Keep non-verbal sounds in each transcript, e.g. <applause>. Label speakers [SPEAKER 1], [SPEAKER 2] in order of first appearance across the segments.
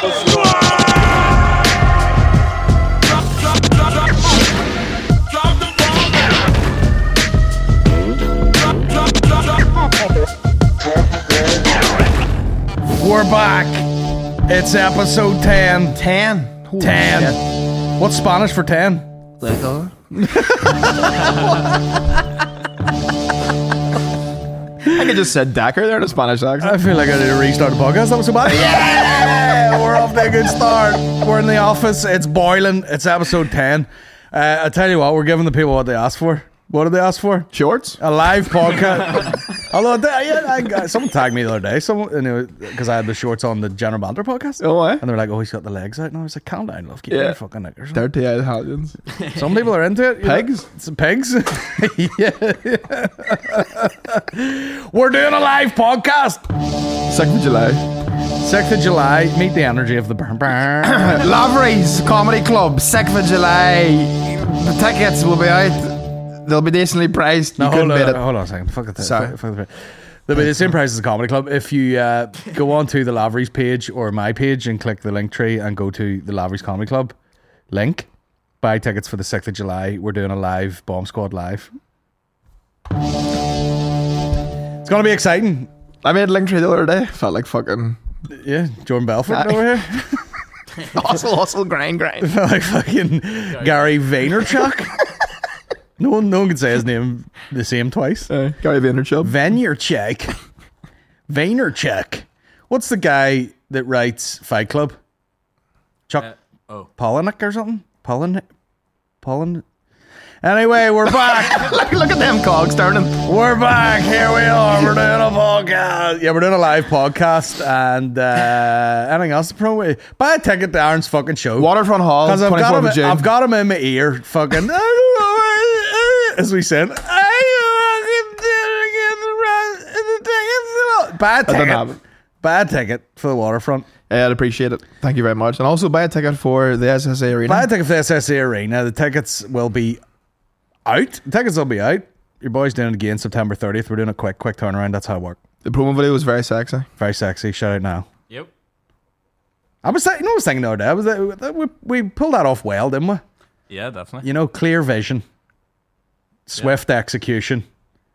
[SPEAKER 1] the floor.
[SPEAKER 2] We're back. It's episode 10.
[SPEAKER 3] Ten. Holy
[SPEAKER 2] 10. What's Spanish for 10?
[SPEAKER 3] shit. Like, uh, I could just said Dacker there in a Spanish accent.
[SPEAKER 2] I feel like I need to restart the podcast. That was so bad. Yeah! We're off to a good start. We're in the office. It's boiling. It's episode 10. Uh, I tell you what, we're giving the people what they asked for. What did they ask for?
[SPEAKER 3] Shorts?
[SPEAKER 2] A live <laughs> podcast. Although, they- yeah, I got, someone tagged me the other day, someone because I had the shorts on the General Banter podcast.
[SPEAKER 3] Oh, aye.
[SPEAKER 2] And they were like, "Oh, he's got the legs out." And I was like, "Calm down, love. Keep
[SPEAKER 3] Yeah.
[SPEAKER 2] your fucking knickers." on."
[SPEAKER 3] Dirty Italians.
[SPEAKER 2] Some people are into it. you know.
[SPEAKER 3] Pigs?
[SPEAKER 2] It's pigs. <laughs> yeah. We're doing a live podcast.
[SPEAKER 3] 2nd of July. <laughs>
[SPEAKER 2] 6th of July. Meet the energy of the burn.
[SPEAKER 3] <coughs>
[SPEAKER 2] burn.
[SPEAKER 3] Lavery's Comedy Club, 2nd of July. The tickets will be out. They'll be decently priced. You
[SPEAKER 2] No,
[SPEAKER 3] couldn't
[SPEAKER 2] hold,
[SPEAKER 3] beat
[SPEAKER 2] on,
[SPEAKER 3] it.
[SPEAKER 2] hold on a second. Fuck it.
[SPEAKER 3] Sorry.
[SPEAKER 2] Fuck, fuck the- They'll be the same price as the comedy club. If you uh, go on to the Lavery's page or my page and click the link tree and go to the Lavery's Comedy Club link, buy tickets for the 6th of July. We're doing a live Bomb Squad live. It's going to be exciting.
[SPEAKER 3] I made Linktree the other day. Felt like fucking <laughs>
[SPEAKER 2] Yeah, Jordan Belfort over here.
[SPEAKER 3] hustle, hustle, grind,
[SPEAKER 2] <laughs>
[SPEAKER 3] grind.
[SPEAKER 2] like fucking Gary Vaynerchuk. no one, no one can say his name the same twice.
[SPEAKER 3] Uh, <laughs> Gary Vaynerchuk.
[SPEAKER 2] Vaynerchuk. Vaynerchuk. What's the guy that writes Fight Club? Chuck
[SPEAKER 4] oh.
[SPEAKER 2] Palahniuk or something? Polin, Polin. Anyway, we're back.
[SPEAKER 3] look, look at them cogs turning.
[SPEAKER 2] we're back. Here we are. We're doing a podcast. Yeah, we're doing a live podcast. And uh, anything else to promote? Buy a ticket to Aaron's fucking show.
[SPEAKER 3] Waterfront Hall,
[SPEAKER 2] Because
[SPEAKER 3] 24th
[SPEAKER 2] I've got him,
[SPEAKER 3] of June.
[SPEAKER 2] I've got him in my ear, fucking. <laughs> as we said. Bad
[SPEAKER 3] don't
[SPEAKER 2] ticket.
[SPEAKER 3] have-
[SPEAKER 2] Bad ticket for the waterfront.
[SPEAKER 3] Yeah, I'd appreciate it. Thank you very much. And also buy a ticket for the SSA Arena.
[SPEAKER 2] Bad ticket for the SSA Arena. The tickets will be out. The tickets will be out. Your boy's doing it again September 30th. We're doing a quick, quick turnaround. That's how it works.
[SPEAKER 3] the promo video was very sexy.
[SPEAKER 2] Very sexy. Shout out now.
[SPEAKER 4] Yep.
[SPEAKER 2] I was, th- you know, I was thinking the other day. I was, uh, we, we pulled that off well, didn't we?
[SPEAKER 4] Yeah, definitely.
[SPEAKER 2] You know, clear vision, swift execution.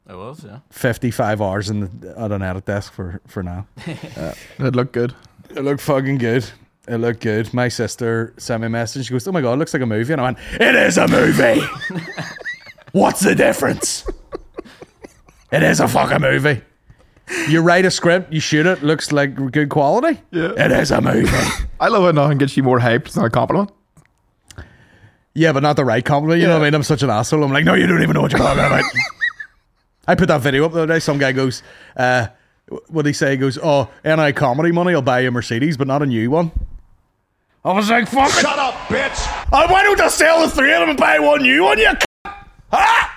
[SPEAKER 4] It was, yeah.
[SPEAKER 2] 55 hours in the, at an edit desk for, for now.
[SPEAKER 3] It looked good.
[SPEAKER 2] It looked fucking good. It looked good. My sister sent me a message. She goes, Oh my God, it looks like a movie. And I went, It is a movie. What's the difference? It is a fucking movie. You write a script, you shoot it, looks like good quality.
[SPEAKER 3] Yeah.
[SPEAKER 2] It is a movie.
[SPEAKER 3] I love how nothing gets you more hyped than a compliment.
[SPEAKER 2] yeah, but not the right compliment. You know
[SPEAKER 3] Yeah.
[SPEAKER 2] what I mean? I'm such an asshole. I'm like, No, you don't even know what you're talking about. <laughs> I put that video up the other day. Some guy goes, uh, What did he say? He goes, Oh, NI comedy money, I'll buy you a Mercedes, but not a new one. I was like, Fuck it.
[SPEAKER 1] Shut up, bitch!
[SPEAKER 2] Oh, why don't I sell the three of them and buy one new one, you c- Ah!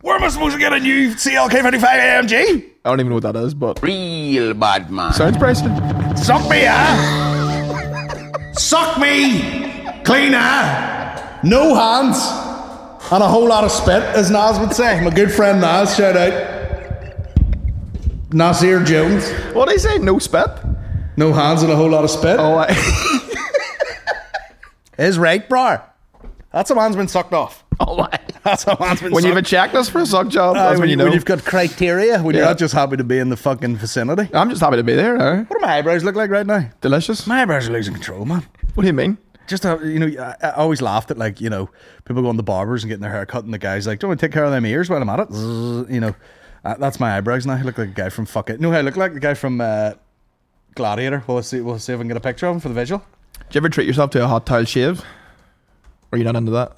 [SPEAKER 2] Where am I supposed to get a new CLK55 AMG?
[SPEAKER 3] I don't even know what that is, but
[SPEAKER 1] Real bad man.
[SPEAKER 3] sounds pricey.
[SPEAKER 2] Suck me, ah! Suck me! Clean, ah! No hands! And a whole lot of spit, as Nas would say. My good friend Nas, shout out. Nasir Jones.
[SPEAKER 3] What did he say? No spit?
[SPEAKER 2] No hands and a whole lot of spit.
[SPEAKER 3] Oh,
[SPEAKER 1] <laughs>
[SPEAKER 3] I,
[SPEAKER 2] Is right, bro. That's a man's been sucked off.
[SPEAKER 3] oh I.
[SPEAKER 2] That's a man's been
[SPEAKER 3] When
[SPEAKER 2] sucked
[SPEAKER 3] you have a checklist for a sock job,
[SPEAKER 2] Uh,
[SPEAKER 3] that's when you know.
[SPEAKER 2] have got criteria, when you're
[SPEAKER 3] Yeah.
[SPEAKER 2] not just happy to be in the fucking vicinity.
[SPEAKER 3] I'm just happy to be there. Eh?
[SPEAKER 2] What do my eyebrows look like right now?
[SPEAKER 3] Delicious.
[SPEAKER 2] My eyebrows are losing control, man.
[SPEAKER 3] What do you mean?
[SPEAKER 2] Just uh, you know, I, I always laughed at like you know people going to barbers and getting their hair cut, and the guys like, "Do you want to take care of them ears while I'm at it?" Zzz, You know, uh, that's my eyebrows now. I look like a guy from Fuck It. You know who I look like the guy from uh, Gladiator. We'll see. We'll see if I can get a picture of him for the visual.
[SPEAKER 3] Do you ever treat yourself to a hot towel shave? Or you not into that?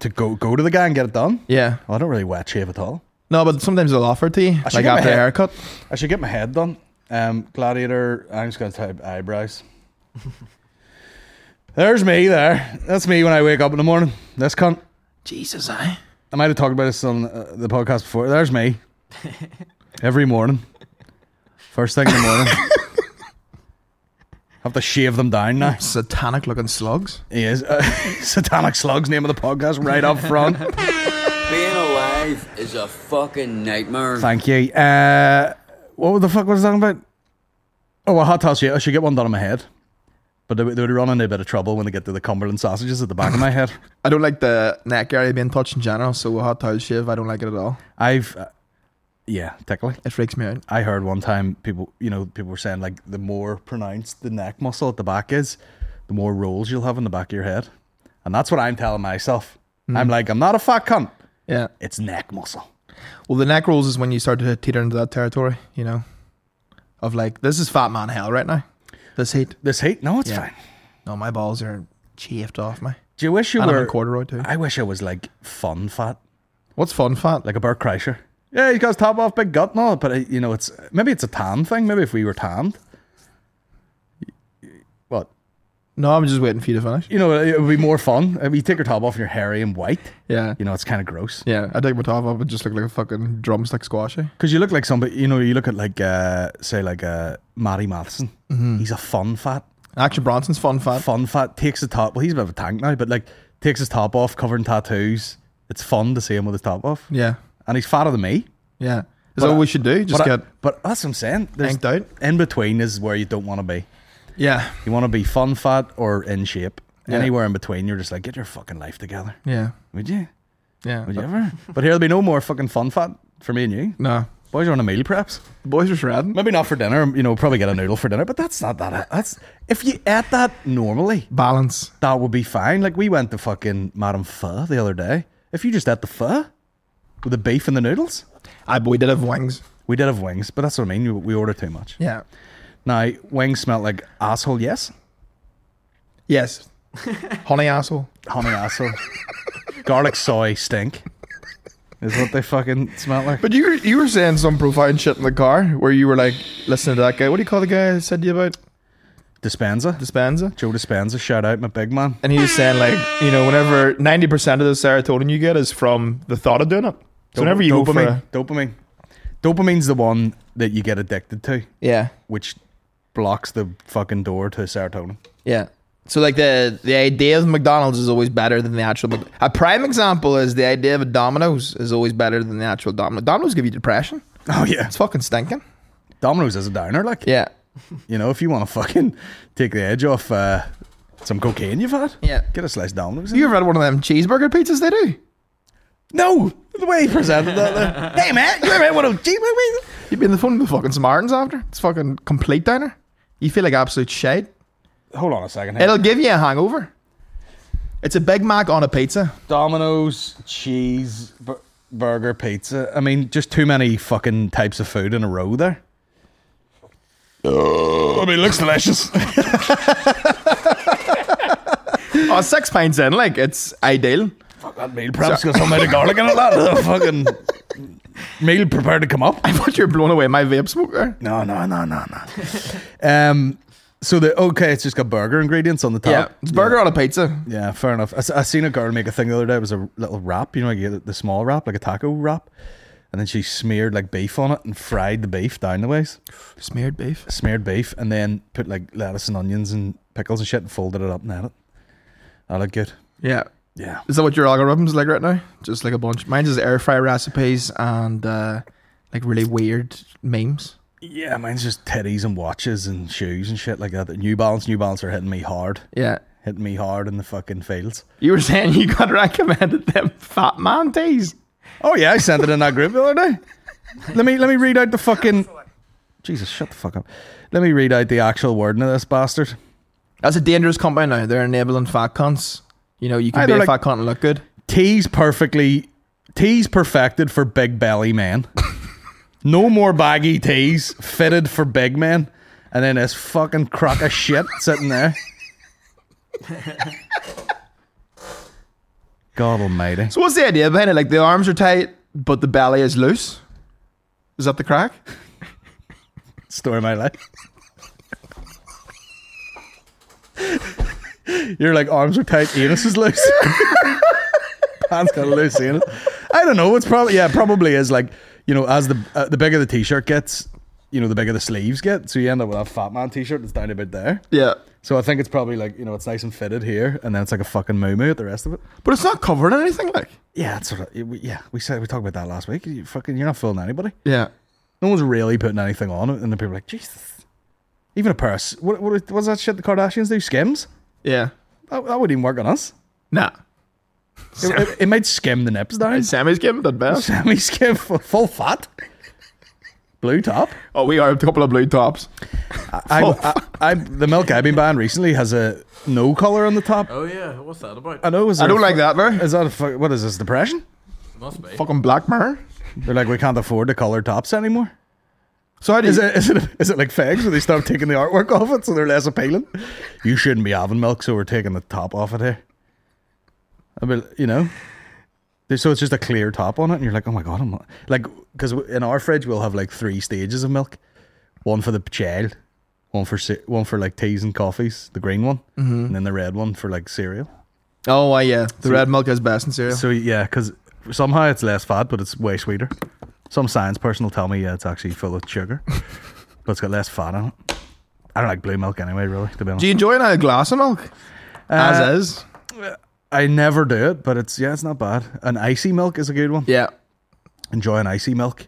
[SPEAKER 2] To go go to the guy and get it done.
[SPEAKER 3] Yeah.
[SPEAKER 2] Well, I don't really wet shave at all.
[SPEAKER 3] No, but sometimes they'll offer it to you,
[SPEAKER 2] should
[SPEAKER 3] like
[SPEAKER 2] get my
[SPEAKER 3] after a
[SPEAKER 2] hair-
[SPEAKER 3] haircut.
[SPEAKER 2] I should get my head done. Um, Gladiator, I'm just going to type eyebrows. <laughs> There's me there. That's me when I wake up in the morning. This cunt.
[SPEAKER 3] Jesus, eh? I.
[SPEAKER 2] I might have talked about this on uh, the podcast before. There's me. Every morning. First thing in the morning. have to shave them down now.
[SPEAKER 3] Satanic looking slugs.
[SPEAKER 2] He is. Uh, <laughs> Satanic Slugs, name of the podcast, right up front.
[SPEAKER 5] Being alive is a fucking nightmare.
[SPEAKER 2] Thank you. Uh, what the fuck was I talking about? Oh, a hot toss. Yeah, I should get one done on my head. But they, would- they would run into a bit of trouble when they get to the Cumberland sausages at the back of my head.
[SPEAKER 3] I don't like the neck area being touched in general, so a hot towel shave, I don't like it at all.
[SPEAKER 2] I've, uh, yeah, tickly.
[SPEAKER 3] It freaks me out.
[SPEAKER 2] I heard one time people, you know, people were saying like the more pronounced the neck muscle at the back is, the more rolls you'll have in the back of your head, and that's what I'm telling myself.
[SPEAKER 3] Mm.
[SPEAKER 2] I'm like, I'm not a fat cunt.
[SPEAKER 3] Yeah.
[SPEAKER 2] It's neck muscle.
[SPEAKER 3] Well, the neck rolls is when you start to teeter into that territory, you know, of like, this is fat man hell right now. This heat.
[SPEAKER 2] This heat? No, it's
[SPEAKER 3] Yeah.
[SPEAKER 2] fine.
[SPEAKER 3] No, my balls are chafed off, my.
[SPEAKER 2] Do you wish you
[SPEAKER 3] And I'm
[SPEAKER 2] were?
[SPEAKER 3] in corduroy too.
[SPEAKER 2] I wish I was like fun fat,
[SPEAKER 3] What's fun fat? Like,
[SPEAKER 2] like a Bert Kreischer. Yeah, he's got his top off, big gut and all, but uh, you know, it's maybe it's a tan thing. Maybe if we were tanned. What?
[SPEAKER 3] no, I'm just waiting for you to finish.
[SPEAKER 2] You know, it would be more fun. I mean, you take your top off and you're hairy and white.
[SPEAKER 3] Yeah.
[SPEAKER 2] You know, it's kind of gross.
[SPEAKER 3] Yeah, I take my top off and just look like a fucking drumstick squashy.
[SPEAKER 2] Because you look like somebody, you know, you look at like, uh, say, like uh, Matty Matheson.
[SPEAKER 3] Mm-hmm.
[SPEAKER 2] He's a fun fat.
[SPEAKER 3] Action Bronson's fun fat.
[SPEAKER 2] Fun fat. Takes the top. Well, he's a bit of a tank now, but like takes his top off, covered in tattoos. It's fun to see him with his top off.
[SPEAKER 3] Yeah.
[SPEAKER 2] And he's fatter than me.
[SPEAKER 3] Yeah. Is that
[SPEAKER 2] I-
[SPEAKER 3] what we should do? Just
[SPEAKER 2] but, I-
[SPEAKER 3] get.
[SPEAKER 2] but that's what I'm saying. There's,
[SPEAKER 3] Inked out?
[SPEAKER 2] In between is where you don't want to be.
[SPEAKER 3] yeah.
[SPEAKER 2] You want to be fun fat or in shape.
[SPEAKER 3] Yeah.
[SPEAKER 2] Anywhere in between, you're just like, get your fucking life together.
[SPEAKER 3] Yeah.
[SPEAKER 2] Would you?
[SPEAKER 3] Yeah.
[SPEAKER 2] Would you ever? but here'll be no more fucking fun fat for me and you.
[SPEAKER 3] No.
[SPEAKER 2] Boys are on a meal preps.
[SPEAKER 3] Boys are shredding.
[SPEAKER 2] Maybe not for dinner. You know, probably get a noodle for dinner, but that's not that. That's if you ate that normally,
[SPEAKER 3] Balance.
[SPEAKER 2] that would be fine. Like we went to fucking Madame Pho the other day. If you just ate the pho with the beef and the noodles,
[SPEAKER 3] I but we did have wings.
[SPEAKER 2] we did have wings, but that's what I mean. We, we ordered too much.
[SPEAKER 3] Yeah.
[SPEAKER 2] Now wings smell like asshole. Yes, <laughs>
[SPEAKER 3] Yes. Honey asshole.
[SPEAKER 2] honey asshole, garlic soy stink is what they fucking smell like.
[SPEAKER 3] But you were, you were saying some profound shit in the car where you were like listening to that guy. What do you call the guy I said to you about
[SPEAKER 2] Dispenza,
[SPEAKER 3] Dispenza?
[SPEAKER 2] Joe Dispenza, shout out my big man.
[SPEAKER 3] And he was saying like you know whenever ninety percent of the serotonin you get is from the thought of doing it. So whenever you go for
[SPEAKER 2] dopamine,
[SPEAKER 3] a-
[SPEAKER 2] dopamine, dopamine's the one that you get addicted to.
[SPEAKER 3] yeah
[SPEAKER 2] which blocks the fucking door to serotonin.
[SPEAKER 3] Yeah. So like the the idea of McDonald's is always better than the actual. Mc- A prime example is the idea of a Domino's is always better than the actual Domino. Domino's give you depression.
[SPEAKER 2] Oh yeah,
[SPEAKER 3] It's fucking stinking.
[SPEAKER 2] Domino's is a downer. Like
[SPEAKER 3] Yeah.
[SPEAKER 2] you know, if you want to fucking take the edge off uh, some cocaine you've had,
[SPEAKER 3] Yeah.
[SPEAKER 2] get a slice of Domino's.
[SPEAKER 3] You ever had one of them cheeseburger pizzas they do?
[SPEAKER 2] no, the way he presented that. there. <laughs> hey man, you ever had one of those?
[SPEAKER 3] You'd be in the phone with the fucking Samaritans after. It's fucking complete downer. You feel like absolute shade.
[SPEAKER 2] Hold on a second. here.
[SPEAKER 3] It'll give you a hangover. It's a Big Mac on a pizza.
[SPEAKER 2] Domino's cheese bur- burger pizza. I mean, just too many fucking types of food in a row there. I mean, it looks delicious.
[SPEAKER 3] Oh, six pints in, like it's ideal. <laughs>
[SPEAKER 2] that meal prep's got some amount of garlic in it. <laughs> That fucking meal prepared to come up.
[SPEAKER 3] I thought you were blown away my vape smoker.
[SPEAKER 2] No, no, no, no, no. um, so the okay, it's just got burger ingredients on the top.
[SPEAKER 3] Yeah, it's burger on a pizza.
[SPEAKER 2] Yeah, yeah, fair enough. I, s- I seen a girl make a thing the other day. It was a little wrap, you know, like you get the small wrap, like a taco wrap, and then she smeared like beef on it and fried the beef down the ways,
[SPEAKER 3] Smeared beef.
[SPEAKER 2] smeared beef, and then put like lettuce and onions and pickles and shit and folded it up and had it. That looked good.
[SPEAKER 3] Yeah.
[SPEAKER 2] Yeah.
[SPEAKER 3] Is that what your algorithm's like right now? Just like a bunch. Mine's is air fry recipes and uh, like really weird memes.
[SPEAKER 2] Yeah, mine's just teddies and watches and shoes and shit like that. New Balance, New Balance are hitting me hard,
[SPEAKER 3] Yeah.
[SPEAKER 2] hitting me hard in the fucking fields.
[SPEAKER 3] You were saying you got recommended them fat man teas.
[SPEAKER 2] Oh yeah, I sent it in that group the other day. Let me let me read out the fucking Jesus, shut the fuck up. Let me read out the actual wording of this bastard.
[SPEAKER 3] That's a dangerous company now. They're enabling fat cunts. You know, you can
[SPEAKER 2] Aye,
[SPEAKER 3] be a
[SPEAKER 2] they're
[SPEAKER 3] fat cunt and look good.
[SPEAKER 2] Tea's perfectly tea's perfected for big belly man. No more baggy tees fitted for big men. And then this fucking crock of shit sitting there. God almighty.
[SPEAKER 3] So what's the idea behind it? Like the arms are tight, but the belly is loose. Is that the crack?
[SPEAKER 2] Story of my life. You're like arms are tight, anus is loose. <laughs> Pants got a loose anus. I don't know. It's probably yeah, it probably is like you know as the uh, the bigger the t-shirt gets, you know the bigger the sleeves get. So you end up with a fat man t-shirt that's down about there.
[SPEAKER 3] Yeah.
[SPEAKER 2] So I think it's probably like you know it's nice and fitted here, and then it's like a fucking moo moo at the rest of it.
[SPEAKER 3] But it's not covering anything like.
[SPEAKER 2] Yeah, that's what. I, we- yeah, we said we talked about that last week. You fucking, you're not fooling anybody.
[SPEAKER 3] Yeah.
[SPEAKER 2] No one's really putting anything on it, and then people are like, Jesus, Even a pair of s- what, what what's that shit the Kardashians do? Skims?
[SPEAKER 3] Yeah.
[SPEAKER 2] That, that wouldn't even work on us.
[SPEAKER 3] Nah.
[SPEAKER 2] It, it, it might skim the nips down. <laughs>
[SPEAKER 3] Sammy's game done best.
[SPEAKER 2] Sammy skim f- full fat, blue top.
[SPEAKER 3] Oh, we are a couple of blue tops.
[SPEAKER 2] I, I, I, the milk I've been buying recently has a no collar on the top.
[SPEAKER 4] Oh yeah, what's that about?
[SPEAKER 2] I know. Is
[SPEAKER 3] I
[SPEAKER 2] there
[SPEAKER 3] don't
[SPEAKER 2] a
[SPEAKER 3] like
[SPEAKER 2] fu-
[SPEAKER 3] that, bro.
[SPEAKER 2] Is that a fu- what is this depression?
[SPEAKER 4] Must be.
[SPEAKER 3] Fucking black mirror.
[SPEAKER 2] They're like we can't afford the collar tops anymore.
[SPEAKER 3] So how do you?
[SPEAKER 2] Is it is it is it like fags where they stop taking the artwork off it so they're less appealing? You shouldn't be having milk, so we're taking the top off it here. I mean, you know, There's- so it's just a clear top on it, and you're like, oh my god, I'm not-" like, because in our fridge we'll have like three stages of milk, one for the child, one for ce- one for like teas and coffees, the green one,
[SPEAKER 3] Mm-hmm.
[SPEAKER 2] and then the red one for like cereal.
[SPEAKER 3] oh, uh, yeah. The red milk is best in cereal.
[SPEAKER 2] So yeah, because somehow it's less fat, but it's way sweeter. Some science person will tell me yeah, it's actually full of sugar, but it's got less fat on it. I don't like blue milk anyway, really. To be honest,
[SPEAKER 3] do you enjoy a glass of milk?
[SPEAKER 2] Uh,
[SPEAKER 3] As is.
[SPEAKER 2] I never do it, but it's yeah, it's not bad. An icy milk is a good one.
[SPEAKER 3] Yeah.
[SPEAKER 2] Enjoy an icy milk,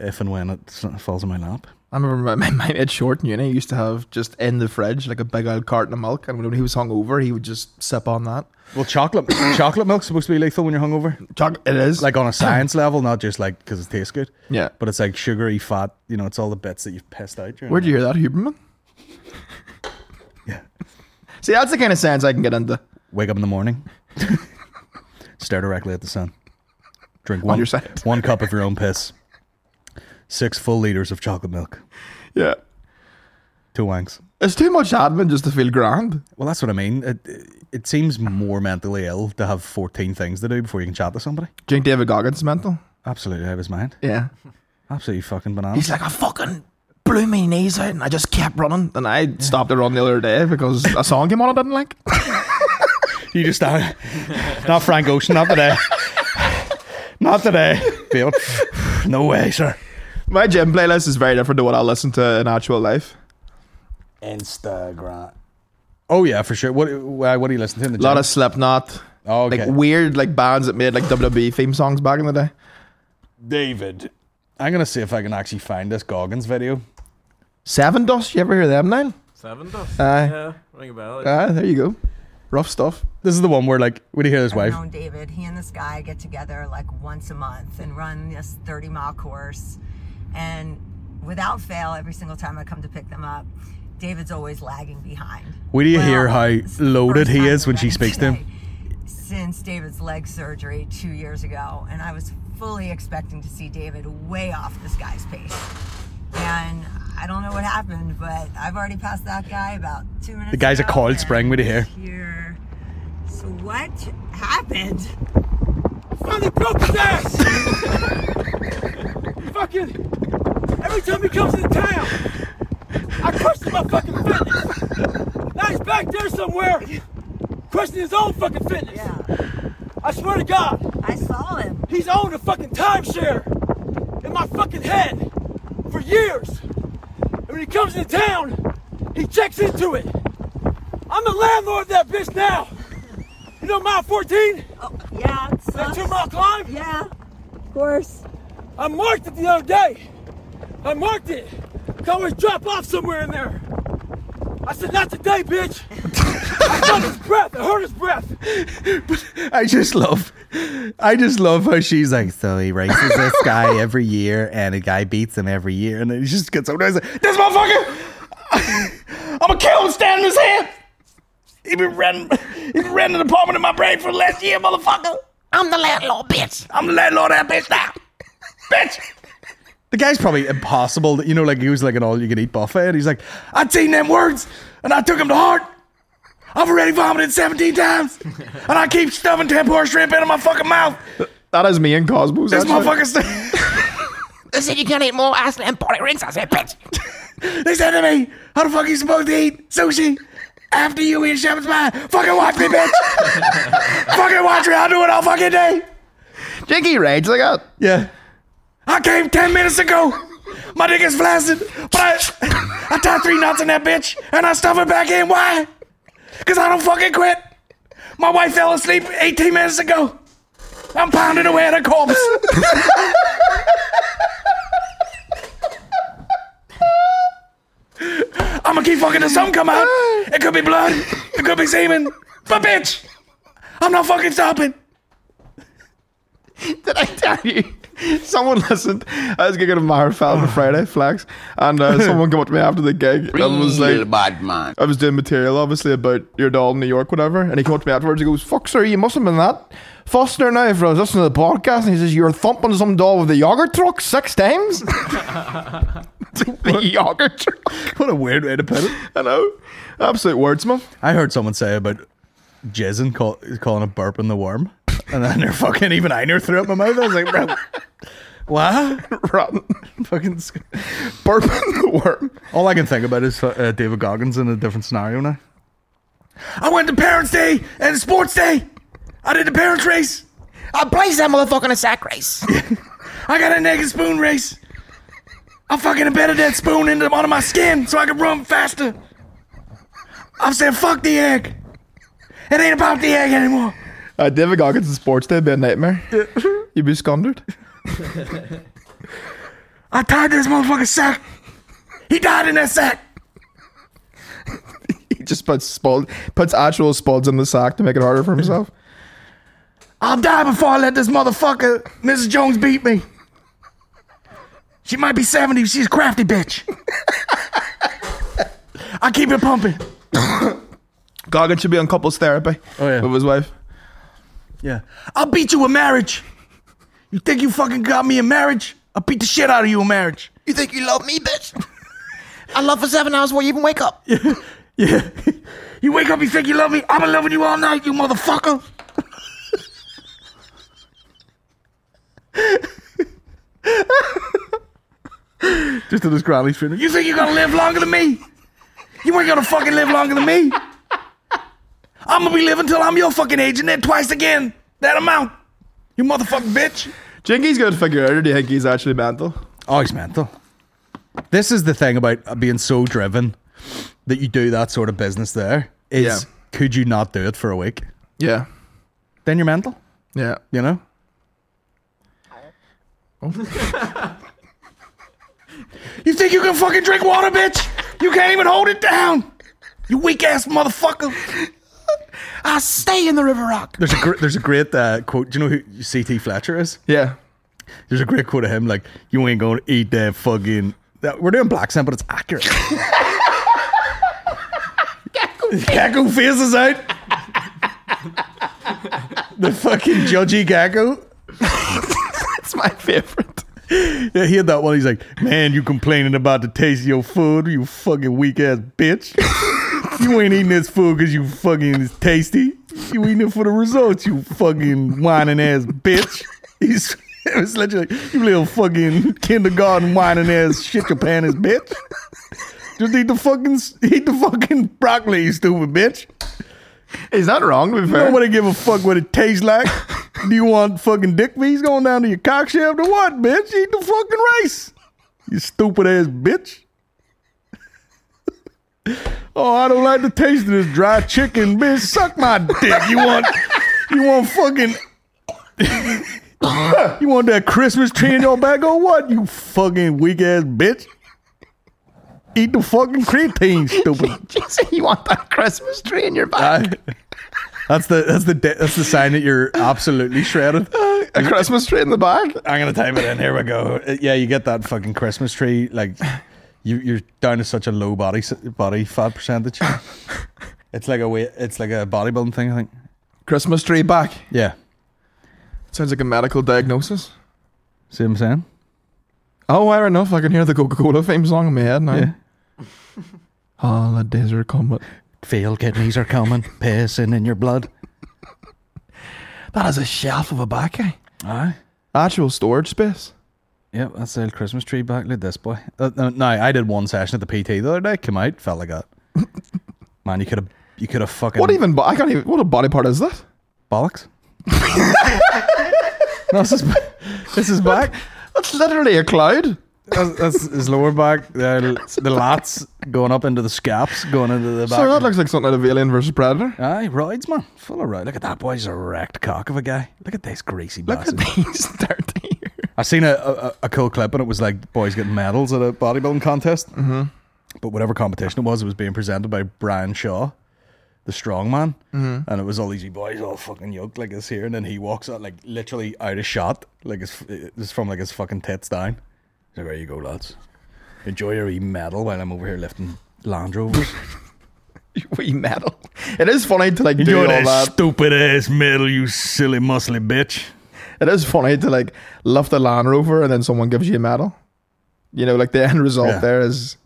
[SPEAKER 2] if and when it s- falls in my lap.
[SPEAKER 3] I remember my, <laughs> my, my mate Short in uni used to have just in the fridge like a big old carton of milk, and when he was hungover, he would just sip on that.
[SPEAKER 2] Well, chocolate <coughs> chocolate milk's supposed to be lethal when you're hungover,
[SPEAKER 3] Choc- It is
[SPEAKER 2] like on a <coughs> science level, not just like because it tastes good.
[SPEAKER 3] yeah.
[SPEAKER 2] But it's like sugary fat. You know, it's all the bits that you've pissed out. during
[SPEAKER 3] Where'd
[SPEAKER 2] the-
[SPEAKER 3] you hear that, Huberman?
[SPEAKER 2] Yeah.
[SPEAKER 3] See, that's the kind of science I can get into.
[SPEAKER 2] Wake up in the morning. <laughs> Stare directly at the sun. Drink
[SPEAKER 3] On
[SPEAKER 2] one,
[SPEAKER 3] your side.
[SPEAKER 2] one cup of your own piss. Six full liters of chocolate milk.
[SPEAKER 3] Yeah.
[SPEAKER 2] Two wanks.
[SPEAKER 3] It's too much admin just to feel grand.
[SPEAKER 2] Well, that's what I mean. It, it seems more mentally ill to have 14 things to do before you can chat to somebody.
[SPEAKER 3] Do you think David Goggins is mental?
[SPEAKER 2] Absolutely out of his mind.
[SPEAKER 3] Yeah.
[SPEAKER 2] Absolutely fucking
[SPEAKER 3] He's
[SPEAKER 2] bananas.
[SPEAKER 3] like, I fucking blew my knees out and I just kept running. And I stopped to run the other day because a song came on I didn't like. <laughs>
[SPEAKER 2] You just uh, not Frank Ocean, not today. not today. Bill. <sighs> No way, sir.
[SPEAKER 3] My gym playlist is very different to what I listen to in actual life.
[SPEAKER 1] Instagram.
[SPEAKER 2] Oh yeah, for sure. What uh, what do you listen to in the
[SPEAKER 3] A
[SPEAKER 2] gym?
[SPEAKER 3] lot of Slipknot.
[SPEAKER 2] Oh, okay.
[SPEAKER 3] Like weird like bands that made like WWE theme songs back in the day.
[SPEAKER 2] David. I'm gonna see if I can actually find this Goggins video.
[SPEAKER 3] Seven Dust, you ever hear them, Nile?
[SPEAKER 4] Seven does.
[SPEAKER 3] Aye.
[SPEAKER 4] yeah, ring a bell.
[SPEAKER 3] Ah, there you go. Rough stuff.
[SPEAKER 2] This is the one where like when you hear his
[SPEAKER 6] I've
[SPEAKER 2] wife.
[SPEAKER 6] known David. He and this guy get together like once a month and run this 30 mile course. And without fail, every single time I come to pick them up, David's always lagging behind.
[SPEAKER 2] Will you hear how
[SPEAKER 6] it's the
[SPEAKER 2] loaded
[SPEAKER 6] first
[SPEAKER 2] he
[SPEAKER 6] time
[SPEAKER 2] is when
[SPEAKER 6] that
[SPEAKER 2] she
[SPEAKER 6] I
[SPEAKER 2] speaks to him?
[SPEAKER 6] say, Since David's leg surgery two years ago, and I was fully expecting to see David way off this guy's pace. And I don't know what happened, but I've already passed that guy about two minutes.
[SPEAKER 2] The guy's a
[SPEAKER 6] ago,
[SPEAKER 2] cold
[SPEAKER 6] and
[SPEAKER 2] spring, what do you hear?
[SPEAKER 6] Here. So what happened? Finally broke his ass!
[SPEAKER 7] fucking every time he comes to town, I question my fucking fitness. Now he's back there somewhere, questioning his own fucking fitness.
[SPEAKER 6] Yeah,
[SPEAKER 7] I swear to God,
[SPEAKER 6] I saw him.
[SPEAKER 7] he's owned a fucking timeshare in my fucking head for years. And when he comes into town, he checks into it. I'm the landlord of that bitch now. You know mile 14,
[SPEAKER 6] Oh, yeah, it
[SPEAKER 7] that
[SPEAKER 6] sucks.
[SPEAKER 7] two mile climb?
[SPEAKER 6] Yeah, of course.
[SPEAKER 7] I marked it the other day. I marked it. It always drop off somewhere in there. I said, not today, bitch. I felt his breath. I heard his breath.
[SPEAKER 2] I just love, I just love how she's like, so he races this <laughs> guy every year, and a guy beats him every year, and it just gets so nice. Like, this motherfucker, <laughs> I'm gonna kill him standing his hand. He been renting, he been renting an apartment in my brain for the last year, motherfucker. I'm the landlord, bitch. I'm the landlord of that bitch now, bitch. The guy's probably impossible. You know, like he was like an all-you-can-eat buffet, and he's like, I seen them words, and I took them to heart. I've already vomited 17 times, and I keep stuffing 10 pork shrimp into my fucking mouth.
[SPEAKER 3] That is me and Cosmos.
[SPEAKER 2] This
[SPEAKER 3] actually.
[SPEAKER 2] motherfucker st- <laughs>
[SPEAKER 8] They said you can't eat more ass than body rings. I said, bitch.
[SPEAKER 2] They said to me, How the fuck you supposed to eat sushi after you eat shepherd's pie? Fucking watch me, bitch. fucking watch me. I'll do it all fucking day.
[SPEAKER 3] Jinky rage like uh, that.
[SPEAKER 2] Yeah. I came 10 minutes ago. My dick is flaccid, but I, I tie three knots in that bitch and I stuff it back in. Why? Because I don't fucking quit. My wife fell asleep 18 minutes ago. I'm pounding away at her corpse. I'm gonna keep fucking till something come out. It could be blood. It could be semen. But bitch, I'm not fucking stopping.
[SPEAKER 3] Did I tell you? <laughs> Someone listened. I was gigging at Marifel on Friday, Flex, and <laughs> uh, someone came up to me after the gig and was
[SPEAKER 1] Real
[SPEAKER 3] like,
[SPEAKER 1] bad man.
[SPEAKER 3] I was doing material, obviously, about your doll in New York, whatever. And he came up to me afterwards. He goes, Fuck, sir, you must have been that. Foster now, if I was listening to the podcast, and he says, You're thumping some doll with the yogurt truck six times. <laughs>
[SPEAKER 2] <laughs>
[SPEAKER 3] the yogurt truck.
[SPEAKER 2] What a weird way to put it.
[SPEAKER 3] I know. Absolute wordsmith.
[SPEAKER 2] I heard someone say about jizzing, call, calling a burp in the worm. And then they're fucking, even I near threw up my mouth. I was like, bro, what?
[SPEAKER 3] <laughs> Rotten.
[SPEAKER 2] fucking. sc-
[SPEAKER 3] Burping the worm.
[SPEAKER 2] All I can think about is uh, David Goggins in a different scenario now. I went to Parents' Day and Sports Day. I did the Parents' Race.
[SPEAKER 8] I'll blaze that motherfucker in a sack race.
[SPEAKER 2] <laughs> I got a naked spoon race. I fucking embedded that spoon into onto my skin so I could run faster. I'm saying fuck the egg. It ain't about the egg anymore.
[SPEAKER 3] Uh, David Goggins in sports day would be a <laughs> nightmare. You'd be squandered.
[SPEAKER 2] I tied this motherfucking sack. He died in that sack.
[SPEAKER 3] He just puts spud, puts actual spuds in the sack to make it harder for <laughs> himself.
[SPEAKER 2] I'll die before I let this motherfucker, Mrs. Jones, beat me. She might be 70, but she's a crafty bitch. I keep it pumping.
[SPEAKER 3] Goggins should be on couples therapy
[SPEAKER 2] Oh, yeah.
[SPEAKER 3] with his wife.
[SPEAKER 2] Yeah. I'll beat you in marriage. You think you fucking got me in marriage? I'll beat the shit out of you in marriage.
[SPEAKER 8] You think you love me, bitch? I love for seven hours before you even wake up.
[SPEAKER 2] <laughs> Yeah. You wake up, you think you love me. I've been loving you all night, you motherfucker. Just at his Granny's funeral. You think you're gonna live longer than me? You ain't gonna fucking live longer than me. I'm gonna be living till I'm your fucking age and then twice again that amount. You motherfucking bitch.
[SPEAKER 3] Do you think he's going to figure out, or do you think he's actually mental?
[SPEAKER 2] Oh, he's mental. This is the thing about being so driven that you do that sort of business there is
[SPEAKER 3] Yeah.
[SPEAKER 2] could you not do it for a week?
[SPEAKER 3] Yeah.
[SPEAKER 2] Then you're mental,
[SPEAKER 3] Yeah.
[SPEAKER 2] you
[SPEAKER 8] <laughs>
[SPEAKER 2] know? you think you can fucking drink water, bitch? You can't even hold it down. You weak ass motherfucker.
[SPEAKER 8] <laughs> I stay in the River Rock.
[SPEAKER 2] There's a gr- there's a great uh, quote. Do you know who C.T. Fletcher is?
[SPEAKER 3] Yeah.
[SPEAKER 2] There's a great quote of him like, "You ain't gonna eat that fucking." That, we're doing black scent, but it's accurate. Gecko faces out. the fucking judgy gecko.
[SPEAKER 3] That's my favorite.
[SPEAKER 2] Yeah, he had that one. He's like, "Man, you complaining about the taste of your food? You fucking weak ass bitch. you ain't eating this food because you fucking is tasty. You eating it for the results. You fucking whining ass bitch." He's it was literally like, "You little fucking kindergarten whining ass shit your pants bitch. Just eat the fucking eat the fucking broccoli, you stupid bitch."
[SPEAKER 3] He's not wrong, to be fair.
[SPEAKER 2] Nobody
[SPEAKER 3] <laughs>
[SPEAKER 2] give a fuck what it tastes like. Do you want fucking dick bees going down to your cock shaft or what, bitch? Eat the fucking rice. You stupid ass bitch. <laughs> oh, I don't like the taste of this dry chicken, bitch. Suck my dick. You want you want fucking <coughs> You want that Christmas tree in your back or what? You fucking weak ass bitch. Eat the fucking creatine, stupid
[SPEAKER 3] Jason, you want that Christmas tree in your back?
[SPEAKER 2] I- that's the that's the de- that's the sign that you're absolutely <laughs> shredded.
[SPEAKER 3] a Uh, Christmas tree in the back?
[SPEAKER 2] I'm gonna type it in. Here we go. Uh, Yeah, you get that fucking Christmas tree. Like you you're down to such a low body s- body fat <laughs> percentage. It's like a way. It's like a bodybuilding thing. I think.
[SPEAKER 3] Christmas tree back.
[SPEAKER 2] Yeah.
[SPEAKER 3] Sounds like a medical diagnosis.
[SPEAKER 2] See what I'm saying?
[SPEAKER 3] Oh, fair enough. I can hear the Coca Cola theme song in my head now. <laughs> Holidays are coming.
[SPEAKER 2] Failed kidneys are coming, <laughs> pissing in your blood.
[SPEAKER 3] That is a shelf of a back, eh?
[SPEAKER 2] Aye.
[SPEAKER 3] Actual storage space.
[SPEAKER 2] Yep, that's the old Christmas tree back. Look at this boy. Uh, no, no, I did one session at the PT the other day. Came out, felt like <laughs> that. Man, you could have, you could have fucking.
[SPEAKER 3] What even? bo- I can't even. What a body part is that?
[SPEAKER 2] bollocks. <laughs> no, this is this is back.
[SPEAKER 3] That's literally a cloud.
[SPEAKER 2] That's, that's his lower back. The, the lats going up into the scaps, going into the back.
[SPEAKER 3] So that looks like something out of Alien versus Predator.
[SPEAKER 2] Aye, rides, man. Full of ride. Look at that boy's a wrecked cock of a guy. Look at this greasy
[SPEAKER 3] Look at
[SPEAKER 2] bastard.
[SPEAKER 3] these <laughs> dirty.
[SPEAKER 2] I seen a, a a cool clip and it was like boys getting medals at a bodybuilding contest. Mm-hmm. But whatever competition it was, it was being presented by Brian Shaw, the strong man. Mm-hmm. And it was all these wee boys all fucking yoked like this here. And then he walks out, like literally out of shot, like it's, it's from like his fucking tits down. So there you go, lads. Enjoy your wee medal while I'm over here lifting Land <laughs> Rovers.
[SPEAKER 3] we metal. It is funny to like do
[SPEAKER 2] Enjoy
[SPEAKER 3] all
[SPEAKER 2] that
[SPEAKER 3] that.
[SPEAKER 2] stupid ass medal, you silly muscly bitch.
[SPEAKER 3] It is funny to like love the Land Rover and then someone gives you a medal. You know, like the end result
[SPEAKER 2] Yeah.
[SPEAKER 3] there is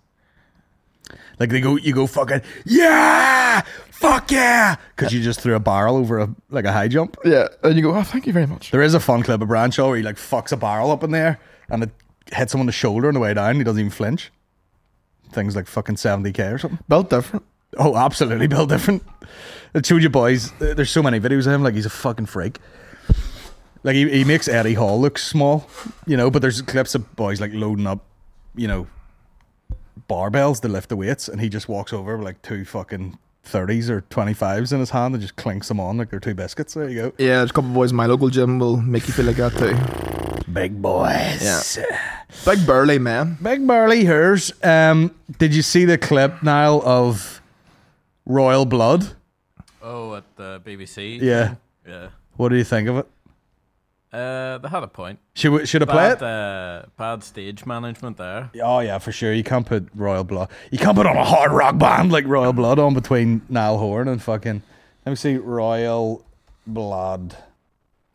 [SPEAKER 2] Like they go, you go fucking yeah, fuck yeah, because you just threw a barrel over a like a high jump.
[SPEAKER 3] yeah, and you go, oh, thank you very much.
[SPEAKER 2] There is a fun clip of Branshaw where he like fucks a barrel up in there and it hits him on the shoulder on the way down. He doesn't even flinch. Things like fucking seventy k or something.
[SPEAKER 3] Built different.
[SPEAKER 2] Oh, absolutely, Bill. Different. It showed you boys. uh, There's so many videos of him. Like he's a fucking freak. Like he, he makes Eddie Hall look small, you know. But there's clips of boys like loading up, you know, barbells to lift the weights, and he just walks over with like two fucking thirties or twenty fives in his hand and just clinks them on like they're two biscuits. There you go,
[SPEAKER 3] Yeah, there's a couple of boys in my local gym will make you feel like that too.
[SPEAKER 2] big boys.
[SPEAKER 3] Big burly man.
[SPEAKER 2] Big Burley hers. Um, did you see the clip, Niall, of Royal Blood?
[SPEAKER 4] Oh, at the BBC.
[SPEAKER 2] Yeah.
[SPEAKER 4] Yeah.
[SPEAKER 2] What do you think of it?
[SPEAKER 4] Uh, they had a point.
[SPEAKER 2] Should we, should I play it?
[SPEAKER 4] Bad, uh, bad stage management there.
[SPEAKER 2] Oh yeah, for sure. You can't put Royal Blood. You can't put on a hard rock band like Royal Blood on between Niall Horn and fucking. Let me see, Royal Blood.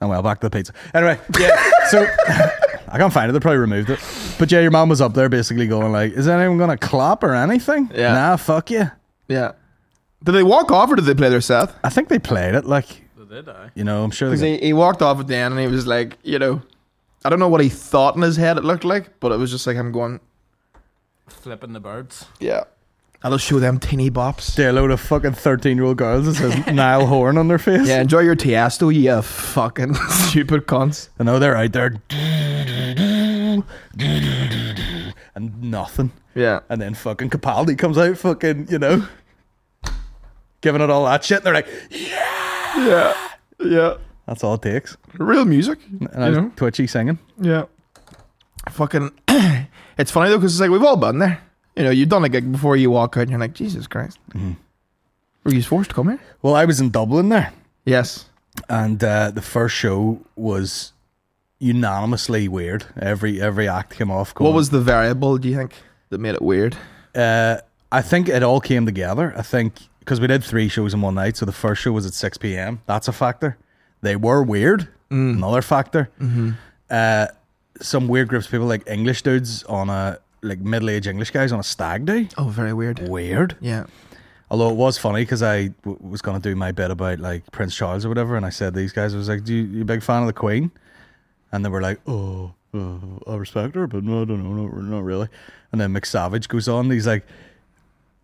[SPEAKER 2] And well, back to the pizza. Anyway, yeah. so <laughs> I can't find it. They probably removed it. But yeah, your mom was up there basically going like, "Is anyone gonna clap or anything?"
[SPEAKER 3] Yeah.
[SPEAKER 2] Nah, fuck you.
[SPEAKER 3] Yeah. Did they walk off or did they play their set?
[SPEAKER 2] I think they played it. Like
[SPEAKER 4] They did I?
[SPEAKER 2] you know, I'm sure they.
[SPEAKER 3] 'Cause He, he walked off at the end and he was like, you know, I don't know what he thought in his head it looked like, but it was just like I'm going,
[SPEAKER 4] Flipping the birds.
[SPEAKER 3] yeah. I'll show them teeny bops.
[SPEAKER 2] They're a load of fucking 13 year old girls that
[SPEAKER 3] <laughs>
[SPEAKER 2] says Niall Horn on their face.
[SPEAKER 3] Yeah, enjoy your Tiesto, you fucking <laughs> stupid cunts.
[SPEAKER 2] I know they're out there. And nothing.
[SPEAKER 3] Yeah.
[SPEAKER 2] And then fucking Capaldi comes out, fucking, you know, <laughs> giving it all that shit. And they're like,
[SPEAKER 3] Yeah. Yeah.
[SPEAKER 2] that's all it takes.
[SPEAKER 3] Real music. You
[SPEAKER 2] And I was
[SPEAKER 3] know?
[SPEAKER 2] twitchy singing.
[SPEAKER 3] Yeah. Fucking. <clears throat> it's funny though, because it's like we've all been there. You know, you've done a gig before you walk out and you're like, Jesus Christ. Were you forced to come here?
[SPEAKER 2] Well, I was in Dublin there,
[SPEAKER 3] Yes.
[SPEAKER 2] and uh, the first show was unanimously weird. Every every act came off.
[SPEAKER 3] What
[SPEAKER 2] going,
[SPEAKER 3] was the variable, do you think, that made it weird?
[SPEAKER 2] uh, I think it all came together. I think because we did three shows in one night, so the first show was at six p.m. That's a factor. They were weird. Another factor. Uh, some weird groups of people, like English dudes on a like middle-aged English guys on a stag do.
[SPEAKER 3] Oh, very weird.
[SPEAKER 2] Weird.
[SPEAKER 3] Yeah.
[SPEAKER 2] Although it was funny because I w- was going to do my bit about like Prince Charles or whatever, and I said these guys, I was like, "Do you, you a big fan of the Queen?" And they were like, "Oh, uh, I respect her, but no, I don't know, not, not really." And then McSavage goes on, and he's like,